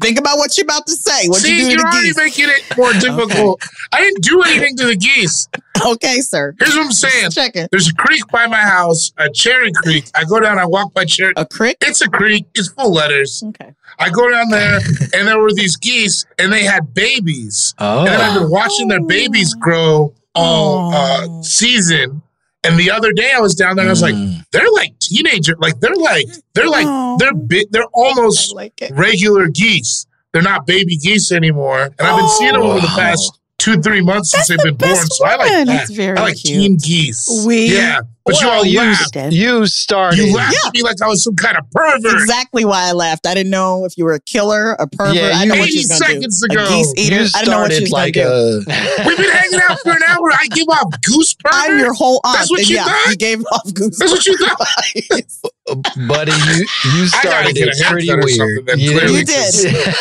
Speaker 2: Think about what you're about to say. What
Speaker 5: See,
Speaker 2: you do
Speaker 5: you're
Speaker 2: to
Speaker 5: already
Speaker 2: geese?
Speaker 5: making it more difficult. I didn't do anything to the geese.
Speaker 2: Okay, sir.
Speaker 5: Here's what I'm saying.
Speaker 2: Check it.
Speaker 5: There's a creek by my house, a cherry creek. I go down, I walk by cherry.
Speaker 2: A crick.
Speaker 5: It's a creek. It's full of letters.
Speaker 2: Okay.
Speaker 5: I go down there, and there were these geese, and they had babies. And then I've
Speaker 4: Oh,
Speaker 5: been watching their babies
Speaker 2: Oh.
Speaker 5: grow all uh, season. And the other day I was down there, and I was like,
Speaker 4: Mm.
Speaker 5: they're like teenager, like they're like they're like
Speaker 2: Oh.
Speaker 5: they're big, they're
Speaker 2: I
Speaker 5: almost
Speaker 2: like it.
Speaker 5: regular geese. They're not baby geese anymore. And I've been seeing them over the
Speaker 2: Oh.
Speaker 4: Wow.
Speaker 5: past two three months since they've been born. So I like that.
Speaker 9: That's very
Speaker 5: I like
Speaker 9: cute.
Speaker 5: teen geese.
Speaker 9: We-
Speaker 5: yeah, but
Speaker 4: Well,
Speaker 5: you all
Speaker 4: you,
Speaker 5: laughed.
Speaker 4: you started.
Speaker 5: You laughed at me like I was some kind of pervert.
Speaker 2: exactly why I laughed. I didn't know if you were a killer, a pervert.
Speaker 4: Yeah,
Speaker 2: I
Speaker 4: you-
Speaker 2: know what you
Speaker 5: 80
Speaker 2: was gonna
Speaker 5: seconds
Speaker 2: do.
Speaker 5: ago.
Speaker 2: A geese eater.
Speaker 4: You
Speaker 2: I didn't know what
Speaker 4: started
Speaker 2: you was
Speaker 4: like
Speaker 2: gonna do.
Speaker 4: a.
Speaker 5: We've been hanging out for an hour. I give off goose burgers.
Speaker 2: I'm your whole aunt.
Speaker 5: That's what
Speaker 2: and
Speaker 5: you
Speaker 2: yeah,
Speaker 5: thought?
Speaker 2: you gave off goose.
Speaker 5: That's what you thought.
Speaker 2: eyes.
Speaker 4: buddy, you, you
Speaker 5: I gotta
Speaker 4: started
Speaker 5: get a
Speaker 4: it
Speaker 5: haircut
Speaker 4: pretty
Speaker 5: or
Speaker 4: weird.
Speaker 5: something then,
Speaker 4: You-
Speaker 5: clearly.
Speaker 2: You did.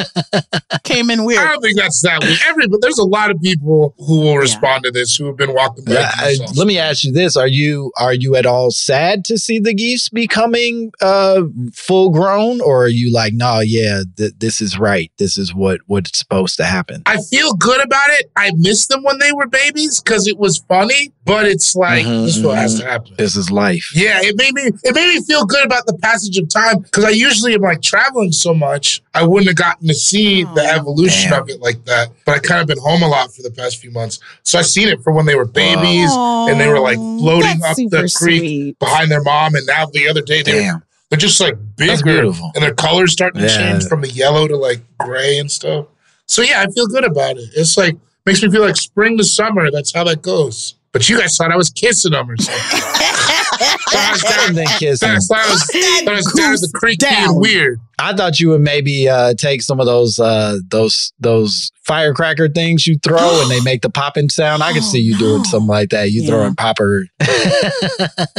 Speaker 2: Came in
Speaker 5: I
Speaker 2: weird.
Speaker 5: don't think that's that weird. Every, but there's a lot of people who will respond to this who have been walking by.
Speaker 4: Yeah, I-
Speaker 5: themselves.
Speaker 4: let me ask you this: Are you are you at all sad to see the geese becoming uh, full grown, or are you like, no, yeah, th- this is right. This is what what's supposed to happen.
Speaker 5: I feel good about it. I miss them when they were babies because it was funny, but it's like
Speaker 4: Mhm,
Speaker 5: this is what has
Speaker 4: mhm.
Speaker 5: to happen.
Speaker 4: This is life.
Speaker 5: Yeah, it made me it made me feel good about the passage of time because I usually am like traveling so much, I wouldn't have gotten to see the evolution
Speaker 4: Damn.
Speaker 5: of it like that. But I kind of been home a lot for the past few months, so I've seen it for when they were babies and they were like floating
Speaker 2: That's
Speaker 5: up
Speaker 2: super
Speaker 5: the creek
Speaker 2: sweet.
Speaker 5: behind their mom, and now the other day they were,
Speaker 4: Damn,
Speaker 5: they're just like
Speaker 4: that's
Speaker 5: bigger
Speaker 4: beautiful.
Speaker 5: and their colors starting to
Speaker 4: Yeah.
Speaker 5: change from the yellow to like gray and stuff. So yeah, I feel good about it. It's like makes me feel like spring to summer. That's how that goes. But you guys thought I was kissing them or something. Thought I was
Speaker 4: And
Speaker 5: down-
Speaker 4: then kiss
Speaker 5: thought I
Speaker 4: him.
Speaker 5: was- thought I was, thought I was down at the creek
Speaker 2: down.
Speaker 5: being weird.
Speaker 4: I thought you would maybe uh, take some of those uh, those those firecracker things you throw and they make the popping sound. I could see you doing something like that. You
Speaker 2: Yeah.
Speaker 4: throwing popper.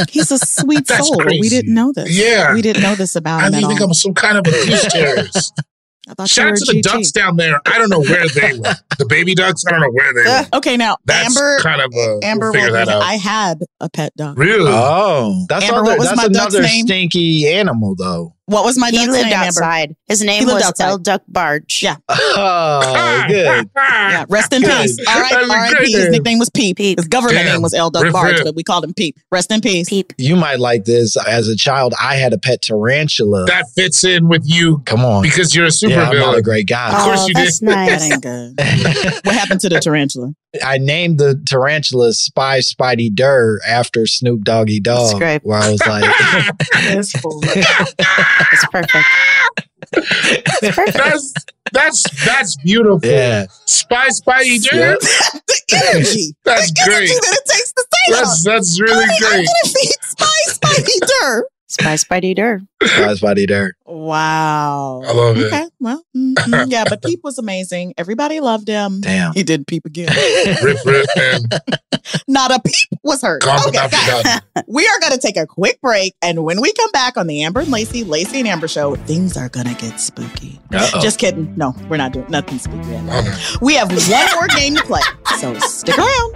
Speaker 2: He's a sweet
Speaker 5: That's
Speaker 2: soul. We
Speaker 5: crazy.
Speaker 2: didn't know this.
Speaker 5: Yeah.
Speaker 2: We didn't know this about
Speaker 5: I
Speaker 2: him at
Speaker 5: think
Speaker 2: all.
Speaker 5: I'm some kind of a goose terrorist.
Speaker 2: I thought you
Speaker 5: Shout
Speaker 2: were
Speaker 5: out to the
Speaker 2: a GT.
Speaker 5: ducks down there. I don't know where they were. The baby ducks. I don't know where they were.
Speaker 2: Okay, now
Speaker 5: That's
Speaker 2: Amber.
Speaker 5: kind of a
Speaker 2: Amber,
Speaker 5: we'll figure that
Speaker 2: Rodriguez,
Speaker 5: out.
Speaker 2: I had a pet dog.
Speaker 5: really?
Speaker 4: Oh, that's
Speaker 2: Amber,
Speaker 4: other-
Speaker 2: what was
Speaker 4: that's
Speaker 2: my duck's
Speaker 4: another
Speaker 2: name?
Speaker 4: stinky animal though.
Speaker 2: What was my
Speaker 6: he
Speaker 2: dog's
Speaker 6: lived
Speaker 2: name, Amber?
Speaker 6: outside. His name
Speaker 2: He lived
Speaker 6: was
Speaker 2: outside.
Speaker 6: L. Duck Barge.
Speaker 2: Yeah.
Speaker 4: Oh, good.
Speaker 2: Yeah, rest in
Speaker 4: Good.
Speaker 2: peace. All right,
Speaker 5: That was a
Speaker 2: R.I.P.
Speaker 5: good
Speaker 2: His
Speaker 5: name.
Speaker 2: nickname was Peep.
Speaker 6: Peep.
Speaker 2: His government
Speaker 5: Damn.
Speaker 2: name was L. Doug
Speaker 5: Rip,
Speaker 2: Barge,
Speaker 5: rip.
Speaker 2: but we called him Peep. Rest in peace.
Speaker 6: Peep.
Speaker 4: You might like this. As a child, I had a pet tarantula.
Speaker 5: That fits in with you
Speaker 4: Come on.
Speaker 5: because you're a
Speaker 4: yeah, I'm not a
Speaker 5: supervillain.
Speaker 4: great guy.
Speaker 5: Of course
Speaker 2: Oh,
Speaker 5: you did.
Speaker 6: that's
Speaker 2: That
Speaker 6: nice.
Speaker 2: ain't good. What happened to the tarantula?
Speaker 4: I named the tarantula Spy Spidey Durr after Snoop Doggy Dog.
Speaker 6: That's great.
Speaker 4: Where I was like,
Speaker 2: That's full.
Speaker 6: It's perfect. It's perfect.
Speaker 5: that's that's that's beautiful.
Speaker 4: yeah.
Speaker 5: Spy Spidey dude.
Speaker 4: Yep.
Speaker 2: the energy.
Speaker 5: That's
Speaker 2: the energy
Speaker 5: great.
Speaker 2: that it takes to say that.
Speaker 5: That's that's really
Speaker 2: Like, I'm
Speaker 5: great.
Speaker 2: gonna feed Spy Spidey Dirt.
Speaker 6: Spy Spidey Durr.
Speaker 4: Spy Spidey Durr.
Speaker 2: Wow.
Speaker 5: I love it.
Speaker 2: Okay. Well, mhm. yeah, but Peep was amazing. Everybody loved him.
Speaker 4: Damn.
Speaker 2: He did Peep again.
Speaker 5: Rip rip and
Speaker 2: Not a peep was heard.
Speaker 5: calm
Speaker 2: Okay,
Speaker 5: without
Speaker 2: guys.
Speaker 5: forgotten.
Speaker 2: We are going to take a quick break. And when we come back on the Amber and Lacey, Lacey and Amber show, things are going to get spooky.
Speaker 4: Uh-oh.
Speaker 2: Just kidding. No, we're not doing nothing spooky. yet.
Speaker 5: Oh, no.
Speaker 2: We have one more game to play. So stick around.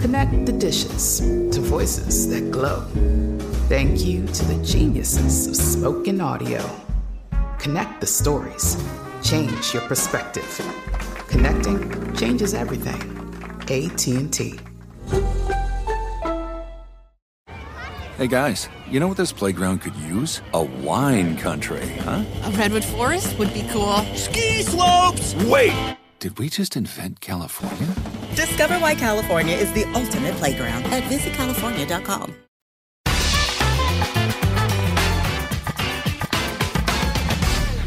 Speaker 1: Connect the dishes to voices that glow. Thank you to the geniuses of spoken audio. Connect the stories. Change your perspective. Connecting changes everything. AT&T.
Speaker 8: Hey guys, you know what this playground could use? A wine country, huh?
Speaker 10: A redwood forest would be cool. Ski
Speaker 8: slopes! Wait! Did we just invent California?
Speaker 9: Discover why California is the ultimate playground at visitcalifornia.com.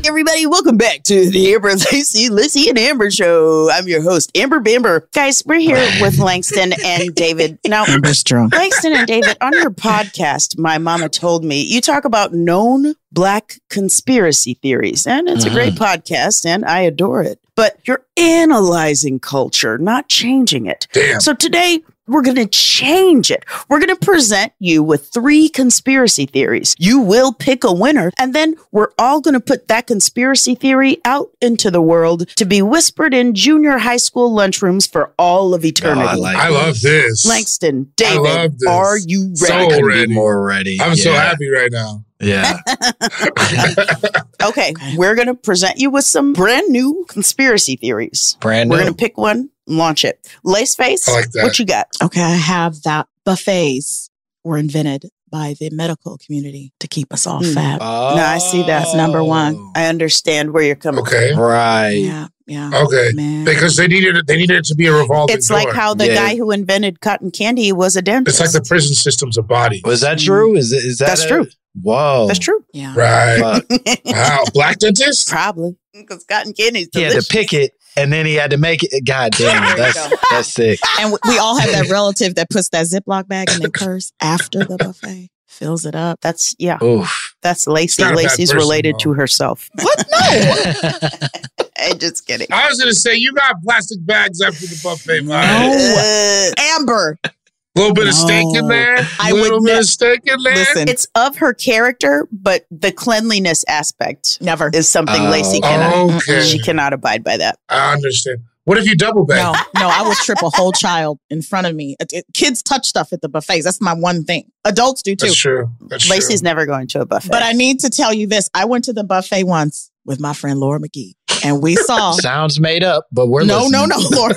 Speaker 6: Everybody, welcome back to the Amber Lacey, Lacey and Amber Show. I'm your host, Amber Bamber.
Speaker 2: Guys, we're here with Langston and David. Now,
Speaker 6: Amber's drunk.
Speaker 2: Langston and David,
Speaker 6: on your podcast, my mama told me you talk about known black conspiracy theories, and it's a great podcast, and I adore it. But you're analyzing culture, not changing it.
Speaker 5: Damn.
Speaker 6: So today, we're going to change it. We're going to present you with three conspiracy theories. You will pick a winner, and then we're all going to put that conspiracy theory out into the world to be whispered in junior high school lunchrooms for all of eternity.
Speaker 5: I love this.
Speaker 6: Langston,
Speaker 5: I
Speaker 6: David,
Speaker 5: love this.
Speaker 6: are you
Speaker 5: So
Speaker 6: ready?
Speaker 5: ready. Already.
Speaker 4: more ready.
Speaker 5: I'm so
Speaker 4: Yeah.
Speaker 5: happy right now.
Speaker 4: Yeah.
Speaker 6: Okay, we're going to present you with some brand new conspiracy theories.
Speaker 4: Brand
Speaker 6: We're
Speaker 4: new.
Speaker 6: going to pick one, launch it. Laceface,
Speaker 4: I like that.
Speaker 6: what you got?
Speaker 2: okay, I have that buffets were invented by the medical community to keep us all
Speaker 6: Mm.
Speaker 2: fat.
Speaker 4: Oh.
Speaker 6: No, I see that.
Speaker 2: Number one.
Speaker 6: I understand where you're coming
Speaker 5: Oh. Okay.
Speaker 6: from.
Speaker 4: Right.
Speaker 2: Yeah, yeah.
Speaker 5: Okay.
Speaker 2: Man.
Speaker 5: Because they needed it, they needed it to be a revolving
Speaker 6: It's like
Speaker 5: door.
Speaker 6: how the guy who invented cotton candy was a
Speaker 5: It's
Speaker 6: dentist.
Speaker 5: like the prison system's a body.
Speaker 4: Was that true? Is it? Is that?
Speaker 6: That's
Speaker 4: a-
Speaker 6: true.
Speaker 4: Whoa.
Speaker 6: That's true.
Speaker 2: Yeah.
Speaker 5: Right.
Speaker 4: Fuck.
Speaker 5: wow. Black dentist?
Speaker 6: Probably. Because cotton candy's
Speaker 4: he had
Speaker 6: delicious.
Speaker 4: to pick it, and then he had to make it. God damn, that's that's sick.
Speaker 2: And we- we all have that relative that puts that Ziploc bag in their purse after the buffet, fills it up.
Speaker 6: That's, yeah,
Speaker 4: Oof.
Speaker 6: that's Lacey.
Speaker 5: Not a bad
Speaker 6: Lacey's
Speaker 5: person,
Speaker 6: related
Speaker 5: though.
Speaker 6: to herself.
Speaker 2: What? No.
Speaker 6: I'm just kidding.
Speaker 5: I was going to say, you got plastic bags after the buffet.
Speaker 2: No.
Speaker 5: A
Speaker 6: Uh,
Speaker 2: Amber.
Speaker 5: little bit of
Speaker 2: No.
Speaker 5: steak in there.
Speaker 2: I
Speaker 5: A little
Speaker 2: would
Speaker 5: bit
Speaker 2: ne-
Speaker 5: of steak in there.
Speaker 2: Listen,
Speaker 6: it's of her character, but the cleanliness aspect
Speaker 2: never.
Speaker 6: is something
Speaker 4: Oh,
Speaker 6: Lacey cannot.
Speaker 5: Okay.
Speaker 6: She cannot abide by that.
Speaker 5: I understand. What if you double bag?
Speaker 2: No, no, I would trip a whole child in front of me. It- it- kids touch stuff at the buffets. That's my one thing. Adults do too.
Speaker 5: That's true. That's
Speaker 6: Lacey's never going to a buffet.
Speaker 2: But I need to tell you this. I went to the buffet once with my friend Laura McGee, and we saw.
Speaker 4: Sounds made up, but we're
Speaker 2: no, no,
Speaker 4: listening.
Speaker 2: no, Laura.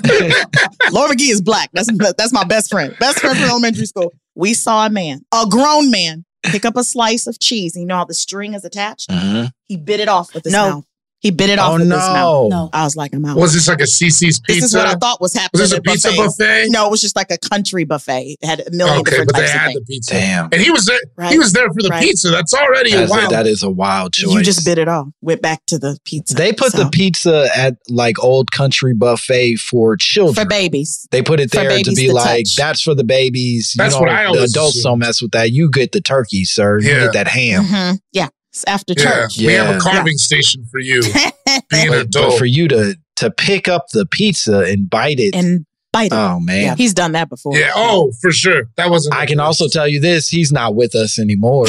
Speaker 2: Laura McGee is black. That's that's my best friend. Best friend from elementary school. We saw a man, a grown man, pick up a slice of cheese. You know how the string is attached.
Speaker 4: Mhm.
Speaker 2: He bit it off with his
Speaker 6: No.
Speaker 2: mouth. He bit it
Speaker 4: Oh
Speaker 2: off with his mouth.
Speaker 4: no.
Speaker 2: I was like, I'm out.
Speaker 5: true. Was this like a CC's pizza?
Speaker 2: this is what I thought was happening.
Speaker 5: was this a
Speaker 2: at
Speaker 5: pizza
Speaker 2: buffets.
Speaker 5: buffet?
Speaker 2: No, it was just like a country buffet. It had a million
Speaker 5: Okay,
Speaker 2: different
Speaker 5: but they
Speaker 2: types of
Speaker 5: had
Speaker 2: things.
Speaker 5: the pizza.
Speaker 4: Damn.
Speaker 5: And he was there.
Speaker 2: Right.
Speaker 5: He was there for the
Speaker 2: Right.
Speaker 5: pizza. That's already
Speaker 4: That's
Speaker 5: a wow.
Speaker 4: that is a wild choice.
Speaker 2: You just bit it off. Went back to the pizza.
Speaker 4: They put
Speaker 2: So-
Speaker 4: the pizza at like old country buffet for
Speaker 2: for
Speaker 4: children.
Speaker 2: babies.
Speaker 4: they put it
Speaker 2: for
Speaker 4: there to
Speaker 2: babies
Speaker 4: be
Speaker 2: to
Speaker 4: like
Speaker 2: touch.
Speaker 4: that's for the babies.
Speaker 5: That's
Speaker 4: you
Speaker 5: what
Speaker 4: know,
Speaker 5: I
Speaker 4: the
Speaker 5: always
Speaker 4: adults
Speaker 5: assumed.
Speaker 4: don't mess with that. You get the turkey, sir. You
Speaker 5: Yeah.
Speaker 4: get that ham.
Speaker 6: Mm-hmm.
Speaker 2: Mhm. Yeah, it's after
Speaker 5: yeah.
Speaker 2: church.
Speaker 5: we have
Speaker 4: Yeah.
Speaker 5: a carving station for you. Being an
Speaker 4: But, but
Speaker 5: adult,
Speaker 4: for you to to pick up the pizza and bite it,
Speaker 2: And bite him.
Speaker 4: Oh, man.
Speaker 2: Yeah, he's done that before.
Speaker 5: Yeah. Oh, for sure. That wasn't.
Speaker 4: I can also tell you this: he's not with us anymore.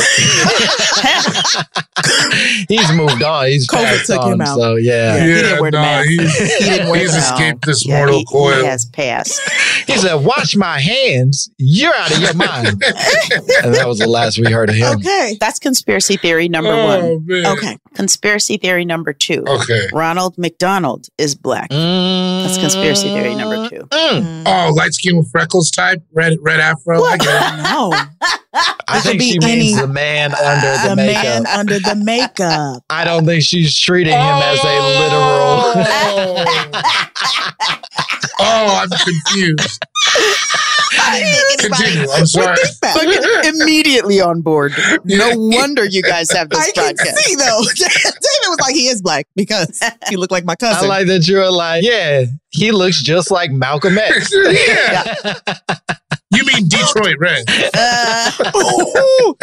Speaker 4: he's moved on. He's
Speaker 2: COVID
Speaker 4: passed
Speaker 2: took
Speaker 4: on,
Speaker 2: him out.
Speaker 4: So yeah,
Speaker 5: Yeah, nah,
Speaker 6: He
Speaker 5: He,
Speaker 6: didn't wear
Speaker 5: he's
Speaker 6: the mask.
Speaker 5: escaped this
Speaker 6: Yeah,
Speaker 5: mortal
Speaker 6: he,
Speaker 5: coil.
Speaker 6: He has passed.
Speaker 4: He said, "Wash my hands. You're out of your mind." and that was the last we heard of him.
Speaker 2: Okay.
Speaker 6: That's conspiracy theory number
Speaker 5: oh,
Speaker 6: one.
Speaker 5: Man.
Speaker 2: Okay.
Speaker 6: Conspiracy theory number two.
Speaker 5: Okay.
Speaker 6: Ronald McDonald is black. That's conspiracy theory number two.
Speaker 4: Mm.
Speaker 5: Oh, light skin with freckles type, red red afro. I get it.
Speaker 2: No.
Speaker 4: I
Speaker 2: That could
Speaker 4: think
Speaker 2: be
Speaker 4: she
Speaker 2: any-
Speaker 4: means the man under the,
Speaker 2: the
Speaker 4: makeup.
Speaker 2: man under the makeup.
Speaker 4: I don't think she's treating him as a literal.
Speaker 5: oh, I'm confused. Continue. I'm sorry.
Speaker 6: Fucking immediately on board. No
Speaker 5: Yeah.
Speaker 6: wonder you guys have this
Speaker 2: I can
Speaker 6: podcast.
Speaker 2: see though. David was like, he is black because he looked like my
Speaker 4: I
Speaker 2: cousin.
Speaker 4: like that you're like, yeah, he looks just like Malcolm X.
Speaker 5: yeah. You mean Detroit red?
Speaker 2: Uh. Ooh.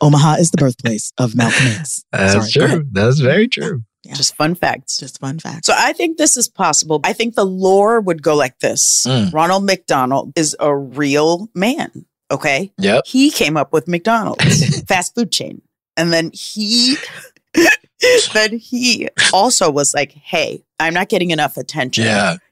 Speaker 2: Omaha is the birthplace of Malcolm X.
Speaker 4: That's
Speaker 2: Sorry, go ahead.
Speaker 4: true. That's very true.
Speaker 6: Just fun facts.
Speaker 2: Just fun fact.
Speaker 6: So I think this is possible. I think the lore would go like this.
Speaker 4: Mm.
Speaker 6: Ronald McDonald is a real man. Okay.
Speaker 4: Yep.
Speaker 6: He came up with McDonald's fast food chain. And then he then he also was like, hey, I'm not getting enough attention.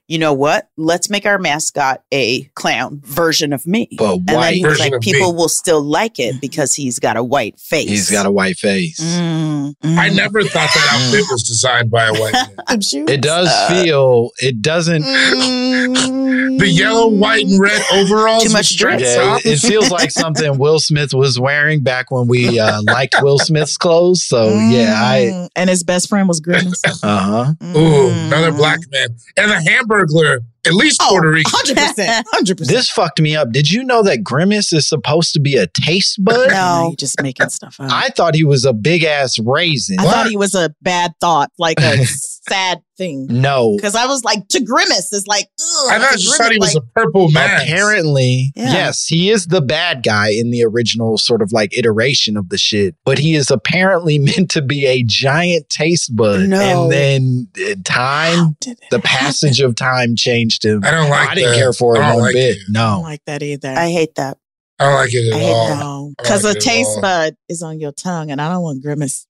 Speaker 6: You know what? Let's make our mascot a clown version of me.
Speaker 4: But
Speaker 6: and then he
Speaker 4: white.
Speaker 6: was
Speaker 5: Version
Speaker 6: like,
Speaker 5: of me.
Speaker 6: people will still like it because he's got a white face.
Speaker 4: He's got a white face.
Speaker 2: Mm, mm.
Speaker 5: I never thought that outfit was designed by a white man.
Speaker 2: I'm sure.
Speaker 4: It does
Speaker 2: uh,
Speaker 4: feel. It doesn't.
Speaker 6: Mm,
Speaker 5: The yellow, white, and red overalls.
Speaker 6: Too
Speaker 5: and
Speaker 6: much
Speaker 5: striped
Speaker 6: dress.
Speaker 4: Yeah, it,
Speaker 5: top?
Speaker 4: it feels like something Will Smith was wearing back when we uh, liked Will Smith's clothes. So yeah, I.
Speaker 2: Mm. and his best friend was Mm. grimace.
Speaker 4: Uh huh.
Speaker 5: Ooh, another black man and a Hamburglar, at least Puerto Rican.
Speaker 2: Oh, Hundred percent. Hundred percent.
Speaker 4: This fucked me up. Did you know that Grimace is supposed to be a taste bud?
Speaker 2: No, you're just making stuff up.
Speaker 4: I thought he was a big ass raisin.
Speaker 2: I thought he was a bad thought, like a sad thing.
Speaker 4: No.
Speaker 2: Because I was like, to grimace is like, ugh,
Speaker 5: I
Speaker 2: to
Speaker 5: thought, just thought he was
Speaker 2: grimace,
Speaker 5: a purple man.
Speaker 4: Apparently,
Speaker 2: Yeah.
Speaker 4: yes, he is the bad guy in the original sort of like iteration of the shit, but he is apparently meant to be a giant taste bud.
Speaker 6: No.
Speaker 4: And then uh, time,
Speaker 2: How did it
Speaker 4: the
Speaker 2: happen?
Speaker 4: passage of time changed him.
Speaker 5: I don't like
Speaker 4: I didn't
Speaker 5: that.
Speaker 4: care for it
Speaker 5: I
Speaker 4: one
Speaker 5: don't like
Speaker 4: bit.
Speaker 5: it.
Speaker 2: I don't
Speaker 4: No.
Speaker 2: like that either.
Speaker 6: I hate that.
Speaker 5: I don't like it
Speaker 6: I
Speaker 5: at
Speaker 6: hate
Speaker 5: all.
Speaker 2: no, because
Speaker 5: I
Speaker 2: a
Speaker 5: like it at
Speaker 2: taste
Speaker 5: all.
Speaker 2: bud is on your tongue, and I don't want grimace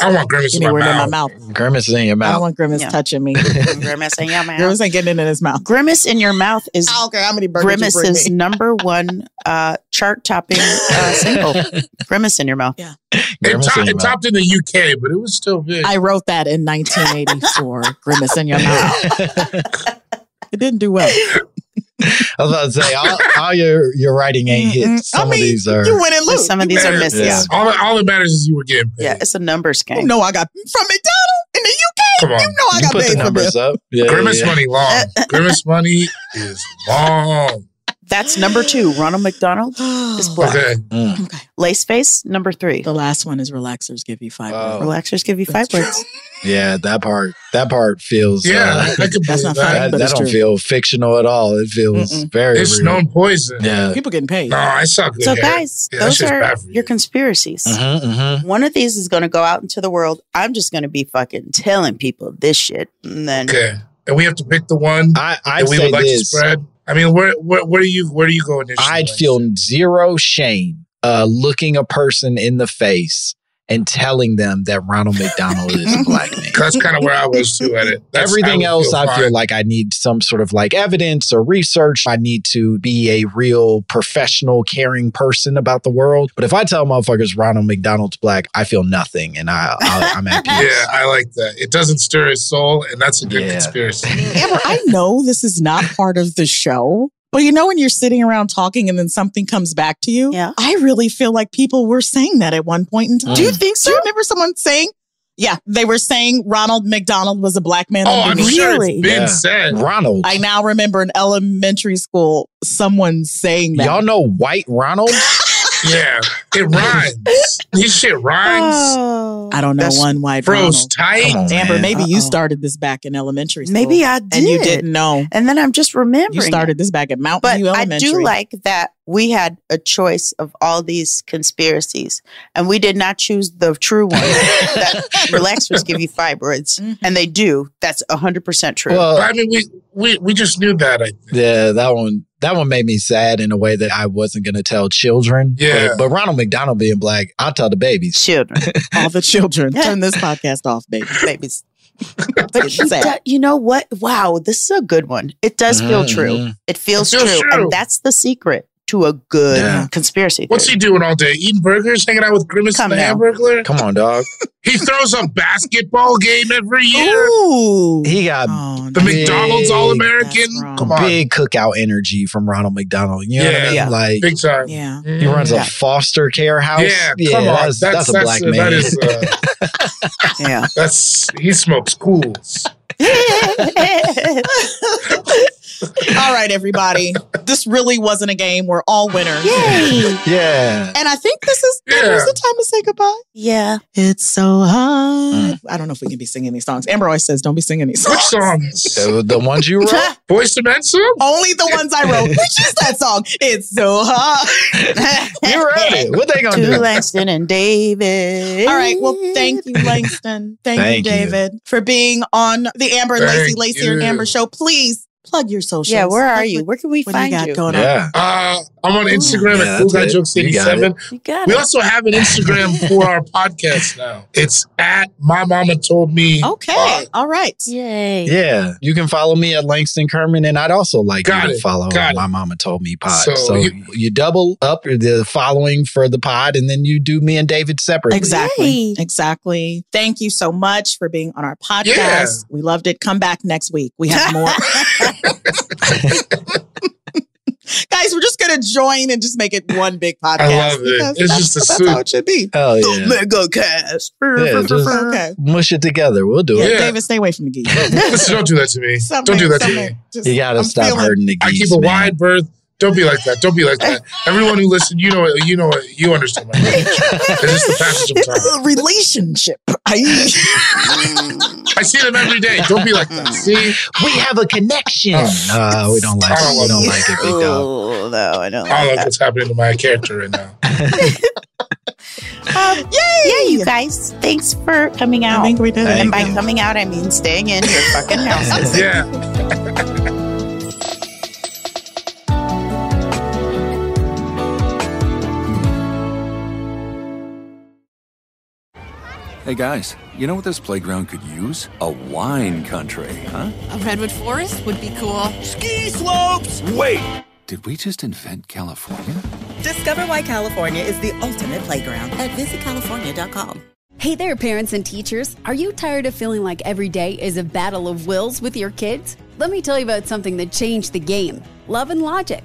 Speaker 5: I want grimace in my
Speaker 2: anywhere near my
Speaker 5: mouth.
Speaker 2: mouth.
Speaker 4: Grimace is in your
Speaker 2: I don't
Speaker 4: mouth.
Speaker 2: want grimace
Speaker 6: Yeah.
Speaker 2: touching me.
Speaker 6: Grimace in your mouth.
Speaker 2: grimace ain't getting it in his mouth.
Speaker 6: Grimace in your mouth is
Speaker 2: I don't care how many burgers
Speaker 6: Grimace
Speaker 2: you bring
Speaker 6: is
Speaker 2: me.
Speaker 6: number one uh, chart topping uh, single. Grimace in your mouth.
Speaker 5: It,
Speaker 4: Grimace
Speaker 5: top,
Speaker 4: in your
Speaker 5: it
Speaker 4: mouth.
Speaker 5: topped in the UK, but it was still big.
Speaker 2: I wrote that in 1984. grimace in your mouth. It didn't do well.
Speaker 4: I was about to say, all, all your, your writing ain't hit.
Speaker 2: I
Speaker 4: Some
Speaker 2: mean,
Speaker 4: of these are.
Speaker 2: you win and
Speaker 6: But
Speaker 2: lose.
Speaker 6: Some of these are misses.
Speaker 4: Yeah.
Speaker 6: Yeah.
Speaker 5: all, that, all that matters is you were getting paid.
Speaker 6: it's a numbers game.
Speaker 2: You know I got from McDonald's in the UK.
Speaker 5: Come on.
Speaker 2: You know I
Speaker 4: You
Speaker 2: got
Speaker 4: put the
Speaker 2: paid for this.
Speaker 4: numbers up. Yeah, yeah,
Speaker 5: Grimace
Speaker 4: yeah.
Speaker 5: money
Speaker 2: Uh,
Speaker 5: long. Grimace money is long.
Speaker 6: That's number two. Ronald McDonald is black.
Speaker 5: Okay.
Speaker 4: Mm.
Speaker 2: Okay.
Speaker 6: Lace face, number three.
Speaker 2: The last one is relaxers give you five.
Speaker 4: Oh.
Speaker 2: words.
Speaker 6: Relaxers give you five
Speaker 2: That's
Speaker 6: words.
Speaker 4: Yeah, that part. That part feels. uh,
Speaker 5: Yeah, I could
Speaker 2: That's
Speaker 5: believe
Speaker 2: not funny,
Speaker 5: that.
Speaker 4: that,
Speaker 2: but
Speaker 4: that
Speaker 2: it's
Speaker 4: don't
Speaker 2: true.
Speaker 4: feel fictional at all. It feels
Speaker 2: Mm-mm.
Speaker 4: very
Speaker 5: It's
Speaker 4: real.
Speaker 5: known poison.
Speaker 4: yeah.
Speaker 2: People getting paid.
Speaker 5: No, I saw good
Speaker 6: So,
Speaker 5: hair.
Speaker 6: guys,
Speaker 5: Yeah, that
Speaker 6: those
Speaker 5: shit's
Speaker 6: are
Speaker 5: bad for you.
Speaker 6: your conspiracies.
Speaker 4: Mhm, mhm.
Speaker 6: One of these is going to go out into the world. I'm just going to be fucking telling people this shit. And then
Speaker 5: Okay, and we have to pick the one
Speaker 4: I I
Speaker 5: that we
Speaker 4: say
Speaker 5: would like to
Speaker 4: this.
Speaker 5: spread. I mean, where where, where do you where do you go initially?
Speaker 4: I'd feel zero shame uh, looking a person in the face and telling them that Ronald McDonald is a black man.
Speaker 5: 'Cause that's kind of where I was too at it. That's-
Speaker 4: Everything
Speaker 5: would
Speaker 4: else, I feel
Speaker 5: fine.
Speaker 4: like I need some sort of like evidence or research. I need to be a real professional, caring person about the world. But if I tell motherfuckers Ronald McDonald's black, I feel nothing, and I, I I'm at peace.
Speaker 5: Yeah, I like that. It doesn't stir his soul, and that's a good
Speaker 4: Yeah.
Speaker 5: conspiracy.
Speaker 2: Amber, I know this is not part of the show, but you know when you're sitting around talking and then something comes back to you?
Speaker 6: Yeah.
Speaker 2: I really feel like people were saying that at one point. in time. Do you think so? Do you remember someone saying? Yeah, they were saying Ronald McDonald was a black man.
Speaker 5: oh,
Speaker 2: on
Speaker 5: I'm
Speaker 2: BBC.
Speaker 5: sure it's
Speaker 6: Really?
Speaker 5: been
Speaker 4: Yeah.
Speaker 5: said.
Speaker 4: Ronald.
Speaker 2: I now remember in elementary school someone saying that.
Speaker 4: Y'all know White Ronald?
Speaker 5: Yeah, it rhymes. this shit rhymes.
Speaker 2: I don't know
Speaker 5: That's
Speaker 2: one wide
Speaker 5: froze
Speaker 2: Ronald.
Speaker 5: tight.
Speaker 2: Come on, Amber,
Speaker 5: man.
Speaker 2: maybe you
Speaker 5: Uh-oh.
Speaker 2: started this back in elementary school.
Speaker 6: Maybe I did.
Speaker 2: And you didn't know.
Speaker 6: And then I'm just remembering.
Speaker 2: You started
Speaker 6: it.
Speaker 2: this back at Mountain
Speaker 6: But
Speaker 2: View
Speaker 6: I
Speaker 2: Elementary.
Speaker 6: do like that we had a choice of all these conspiracies, and we did not choose the true one. that relaxers give you fibroids,
Speaker 2: Mm-hmm.
Speaker 6: and they do. That's hundred percent true.
Speaker 5: Well, I mean, we, we we just knew that. I think.
Speaker 4: Yeah, that one that one made me sad in a way that I wasn't gonna tell children.
Speaker 5: Yeah.
Speaker 4: But, but Ronald McDonald being black, I'll tell the babies.
Speaker 6: Children.
Speaker 2: All the children. Turn this podcast off, baby.
Speaker 6: babies. But he
Speaker 2: sad.
Speaker 6: do- you know what? Wow, this is a good one. It does feel true.
Speaker 5: Mhm.
Speaker 6: It feels,
Speaker 5: It feels
Speaker 6: true,
Speaker 5: true.
Speaker 6: and that's the secret to a good
Speaker 4: Yeah.
Speaker 6: conspiracy.
Speaker 5: What's he
Speaker 6: theory.
Speaker 5: doing all day? Eating burgers, hanging out with Grimace
Speaker 6: Come
Speaker 5: the
Speaker 6: now.
Speaker 5: Hamburglar.
Speaker 4: Come on, dog.
Speaker 5: He throws a basketball game every year.
Speaker 2: Ooh.
Speaker 4: He got
Speaker 2: Oh,
Speaker 5: The McDonald's
Speaker 4: Big-
Speaker 5: All American.
Speaker 2: That's wrong.
Speaker 5: Come on,
Speaker 4: big cookout energy from Ronald McDonald. You know
Speaker 5: Yeah.
Speaker 4: what I
Speaker 6: Yeah.
Speaker 4: mean? Like
Speaker 5: big time.
Speaker 2: yeah.
Speaker 4: he runs
Speaker 6: Yeah.
Speaker 4: a foster care house.
Speaker 5: Yeah, come on.
Speaker 4: That's, that's, a black man.
Speaker 5: That is. Uh,
Speaker 6: Yeah.
Speaker 5: that's he smokes cools.
Speaker 2: All right, everybody. This really wasn't a game. We're all winners.
Speaker 6: Yay.
Speaker 4: yeah.
Speaker 2: And I think this is
Speaker 5: Yeah.
Speaker 2: Amber's the time to say goodbye.
Speaker 6: Yeah.
Speaker 2: It's so hard.
Speaker 4: Mm.
Speaker 2: I don't know if we can be singing these songs. Amber always says, "Don't be singing these
Speaker 5: Which
Speaker 2: songs."
Speaker 5: songs?
Speaker 4: The, the ones you wrote.
Speaker 5: Boys to Men song?
Speaker 2: Only the ones I wrote, which is that song. It's so hard.
Speaker 4: You wrote it. What they gonna
Speaker 6: To
Speaker 4: do?
Speaker 6: Langston and David.
Speaker 2: All right. Well, thank you, Langston. Thank,
Speaker 4: Thank
Speaker 2: you,
Speaker 4: you.
Speaker 2: David, for being on the Amber and Lacey,
Speaker 5: Thank
Speaker 2: Lacey and
Speaker 5: you.
Speaker 2: Amber show. Please plug your socials.
Speaker 6: Yeah, where are
Speaker 2: Like,
Speaker 6: you?
Speaker 2: What,
Speaker 6: Where can we
Speaker 2: what do you
Speaker 6: find
Speaker 2: got
Speaker 6: you?
Speaker 2: going on?
Speaker 4: Yeah.
Speaker 5: Uh, I'm on Instagram
Speaker 4: Yeah,
Speaker 5: at
Speaker 4: that's
Speaker 5: Cool Guy
Speaker 4: it.
Speaker 5: Jokes
Speaker 4: You got
Speaker 5: 87.
Speaker 6: You got
Speaker 5: We
Speaker 6: it.
Speaker 5: also have an Instagram for our podcast now. uh, It's at My Mama Told Me.
Speaker 2: Okay. All right.
Speaker 6: Yay.
Speaker 4: Yeah. You can follow me at Langston Kerman, and I'd also like
Speaker 5: Got
Speaker 4: you to
Speaker 5: it.
Speaker 4: follow
Speaker 5: Got
Speaker 4: my mama told me pod.
Speaker 5: So
Speaker 4: So,
Speaker 5: you-
Speaker 4: you, double up the following for the pod, and then you do me and David separately.
Speaker 2: Exactly.
Speaker 6: Yay.
Speaker 2: Exactly. Thank you so much for being on our podcast.
Speaker 5: Yeah.
Speaker 2: We loved it. Come back next week. We have more. Guys, we're just going to join and just make it one big podcast.
Speaker 5: I love it.
Speaker 2: because
Speaker 5: It's
Speaker 2: that's-
Speaker 5: just a
Speaker 2: that's how
Speaker 5: soup.
Speaker 2: it should be.
Speaker 4: Hell Oh, yeah.
Speaker 6: Mega cast.
Speaker 4: Yeah, just-
Speaker 2: Okay.
Speaker 4: Mush it together. We'll do
Speaker 2: Yeah,
Speaker 4: it.
Speaker 5: Yeah.
Speaker 2: David, stay away from the geese.
Speaker 5: Listen, don't do that to me.
Speaker 2: Something-
Speaker 5: don't do that to me.
Speaker 2: something. Just-
Speaker 4: You gotta
Speaker 2: I'm
Speaker 4: stop
Speaker 2: feeling-
Speaker 4: hurting the
Speaker 5: I
Speaker 4: geese.
Speaker 5: keep a
Speaker 4: man.
Speaker 5: wide berth. Don't be like that. Don't be like that. Everyone who listened, you know it. You know it. You understand my language. It's just the passage of
Speaker 2: It's
Speaker 5: time.
Speaker 2: a relationship. I-
Speaker 5: I see them every day. Don't be like that. See?
Speaker 4: We have a connection. Uh, we don't like
Speaker 5: I don't
Speaker 4: it. We
Speaker 5: love
Speaker 4: don't
Speaker 5: it.
Speaker 4: like it, big dog.
Speaker 6: Oh, no, I don't like
Speaker 5: I don't
Speaker 6: that.
Speaker 5: like what's happening to my character right now.
Speaker 6: Yeah, you guys, thanks for coming out.
Speaker 2: Um, I think we did it.
Speaker 6: and by
Speaker 4: Thank you.
Speaker 6: coming out, I mean staying in your fucking houses.
Speaker 5: Yeah.
Speaker 8: Hey guys, you know what this playground could use? A wine country, huh?
Speaker 10: A redwood forest would be cool.
Speaker 9: Ski slopes!
Speaker 8: Wait! Did we just invent California?
Speaker 9: Discover why California is the ultimate playground at visitcalifornia.com.
Speaker 11: Hey there, parents and teachers. Are you tired of feeling like every day is a battle of wills with your kids? Let me tell you about something that changed the game Love and Logic.